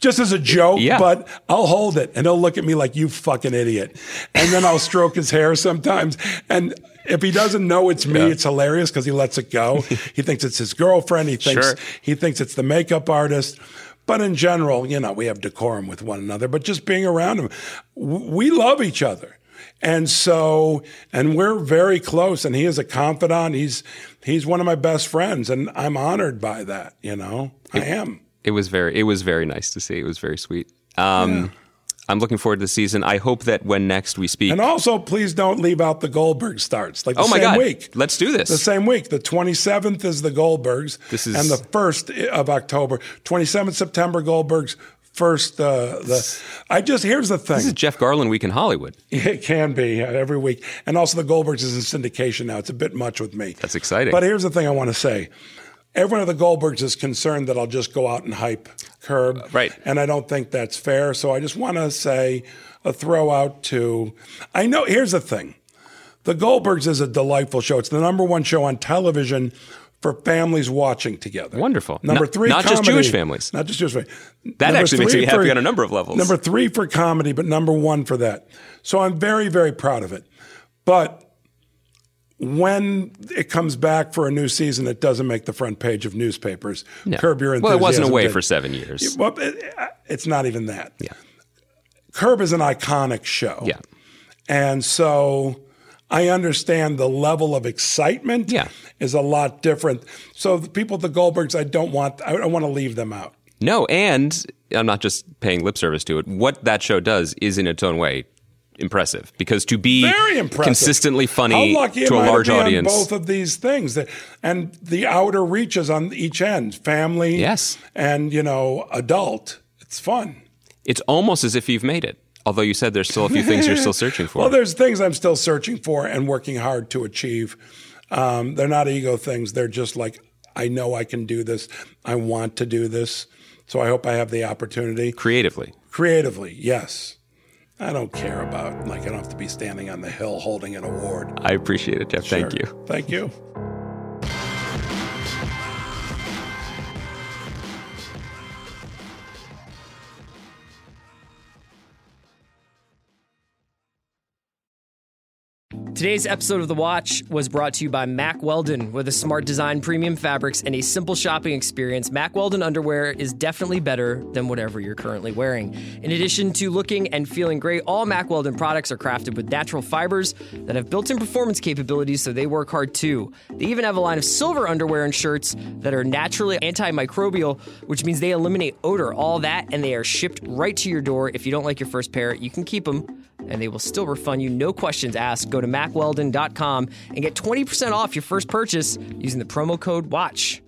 [SPEAKER 6] Just as a joke,
[SPEAKER 5] Yeah.
[SPEAKER 6] but I'll hold it and he'll look at me like you fucking idiot. And then I'll stroke his hair sometimes. And if he doesn't know it's me,
[SPEAKER 5] Yeah.
[SPEAKER 6] it's hilarious because he lets it go. he thinks it's his girlfriend. He thinks
[SPEAKER 5] Sure.
[SPEAKER 6] he thinks it's the makeup artist. But in general, you know, we have decorum with one another. But just being around him, w- we love each other, and so and we're very close. And he is a confidant. He's he's one of my best friends, and I'm honored by that. You know, I am.
[SPEAKER 5] It was very it was very nice to see. It was very sweet. Um, I'm looking forward to the season. I hope that when next we speak.
[SPEAKER 6] And also, please don't leave out the Goldberg starts. Like the
[SPEAKER 5] oh my
[SPEAKER 6] same
[SPEAKER 5] god.
[SPEAKER 6] week.
[SPEAKER 5] Let's do this.
[SPEAKER 6] the same week. The 27th is the Goldbergs.
[SPEAKER 5] This is-
[SPEAKER 6] and the 1st of October. 27th September Goldbergs. First, uh, the I just here's the thing.
[SPEAKER 5] This is Jeff Garland week in Hollywood.
[SPEAKER 6] It can be uh, every week. And also, the Goldbergs is in syndication now. It's a bit much with me.
[SPEAKER 5] That's exciting.
[SPEAKER 6] But here's the thing I want to say. Everyone at the Goldbergs is concerned that I'll just go out and hype Curb.
[SPEAKER 5] Uh, Right.
[SPEAKER 6] And I don't think that's fair. So I just want to say a throw out to. I know, here's the thing The Goldbergs is a delightful show. It's the number one show on television for families watching together.
[SPEAKER 5] Wonderful.
[SPEAKER 6] Number
[SPEAKER 5] Not-
[SPEAKER 6] three,
[SPEAKER 5] not just
[SPEAKER 6] comedy.
[SPEAKER 5] Jewish families.
[SPEAKER 6] Not just Jewish families.
[SPEAKER 5] That actually makes
[SPEAKER 6] three
[SPEAKER 5] me happy on a number of levels.
[SPEAKER 6] Number three for comedy, but number one for that. So I'm very, very proud of it. But when it comes back for a new season, it doesn't make the front page of newspapers.
[SPEAKER 5] No.
[SPEAKER 6] Curb your
[SPEAKER 5] well,
[SPEAKER 6] enthusiasm.
[SPEAKER 5] it wasn't away
[SPEAKER 6] did.
[SPEAKER 5] for seven years.
[SPEAKER 6] Well, it- uh, it's not even that.
[SPEAKER 5] Yeah.
[SPEAKER 6] Curb is an iconic show.
[SPEAKER 5] Yeah.
[SPEAKER 6] And so I understand the level of excitement
[SPEAKER 5] Yeah.
[SPEAKER 6] is a lot different. So the people at the Goldbergs, I don't want, I don't want to leave them out.
[SPEAKER 5] No, and I'm not just paying lip service to it. What that show does is, in its own way, impressive because to be
[SPEAKER 6] Very impressive.
[SPEAKER 5] consistently funny
[SPEAKER 6] How lucky
[SPEAKER 5] to
[SPEAKER 6] am
[SPEAKER 5] a
[SPEAKER 6] I
[SPEAKER 5] large
[SPEAKER 6] to be
[SPEAKER 5] audience.
[SPEAKER 6] On both of these things, that, and the outer reaches on each end, family,
[SPEAKER 5] Yes.
[SPEAKER 6] and you know, adult. It's fun.
[SPEAKER 5] It's almost as if you've made it. Although you said there's still a few things you're still searching for.
[SPEAKER 6] Well, there's things I'm still searching for and working hard to achieve. Um, they're not ego things. They're just like, I know I can do this. I want to do this. So I hope I have the opportunity.
[SPEAKER 5] Creatively,
[SPEAKER 6] Creatively, yes. I don't care about, like, I don't have to be standing on the hill holding an award.
[SPEAKER 5] I appreciate it, Jeff. Thank
[SPEAKER 6] Sure.
[SPEAKER 5] you.
[SPEAKER 6] Thank you.
[SPEAKER 1] Today's episode of The Watch was brought to you by Mack Weldon. With a smart design, premium fabrics, and a simple shopping experience, Mack Weldon underwear is definitely better than whatever you're currently wearing. In addition to looking and feeling great, all Mack Weldon products are crafted with natural fibers that have built in performance capabilities so they work hard too. They even have a line of silver underwear and shirts that are naturally antimicrobial, which means they eliminate odor, all that, and they are shipped right to your door. If you don't like your first pair, you can keep them and they will still refund you. No questions asked. Go to macweldon.com and get 20% off your first purchase using the promo code WATCH.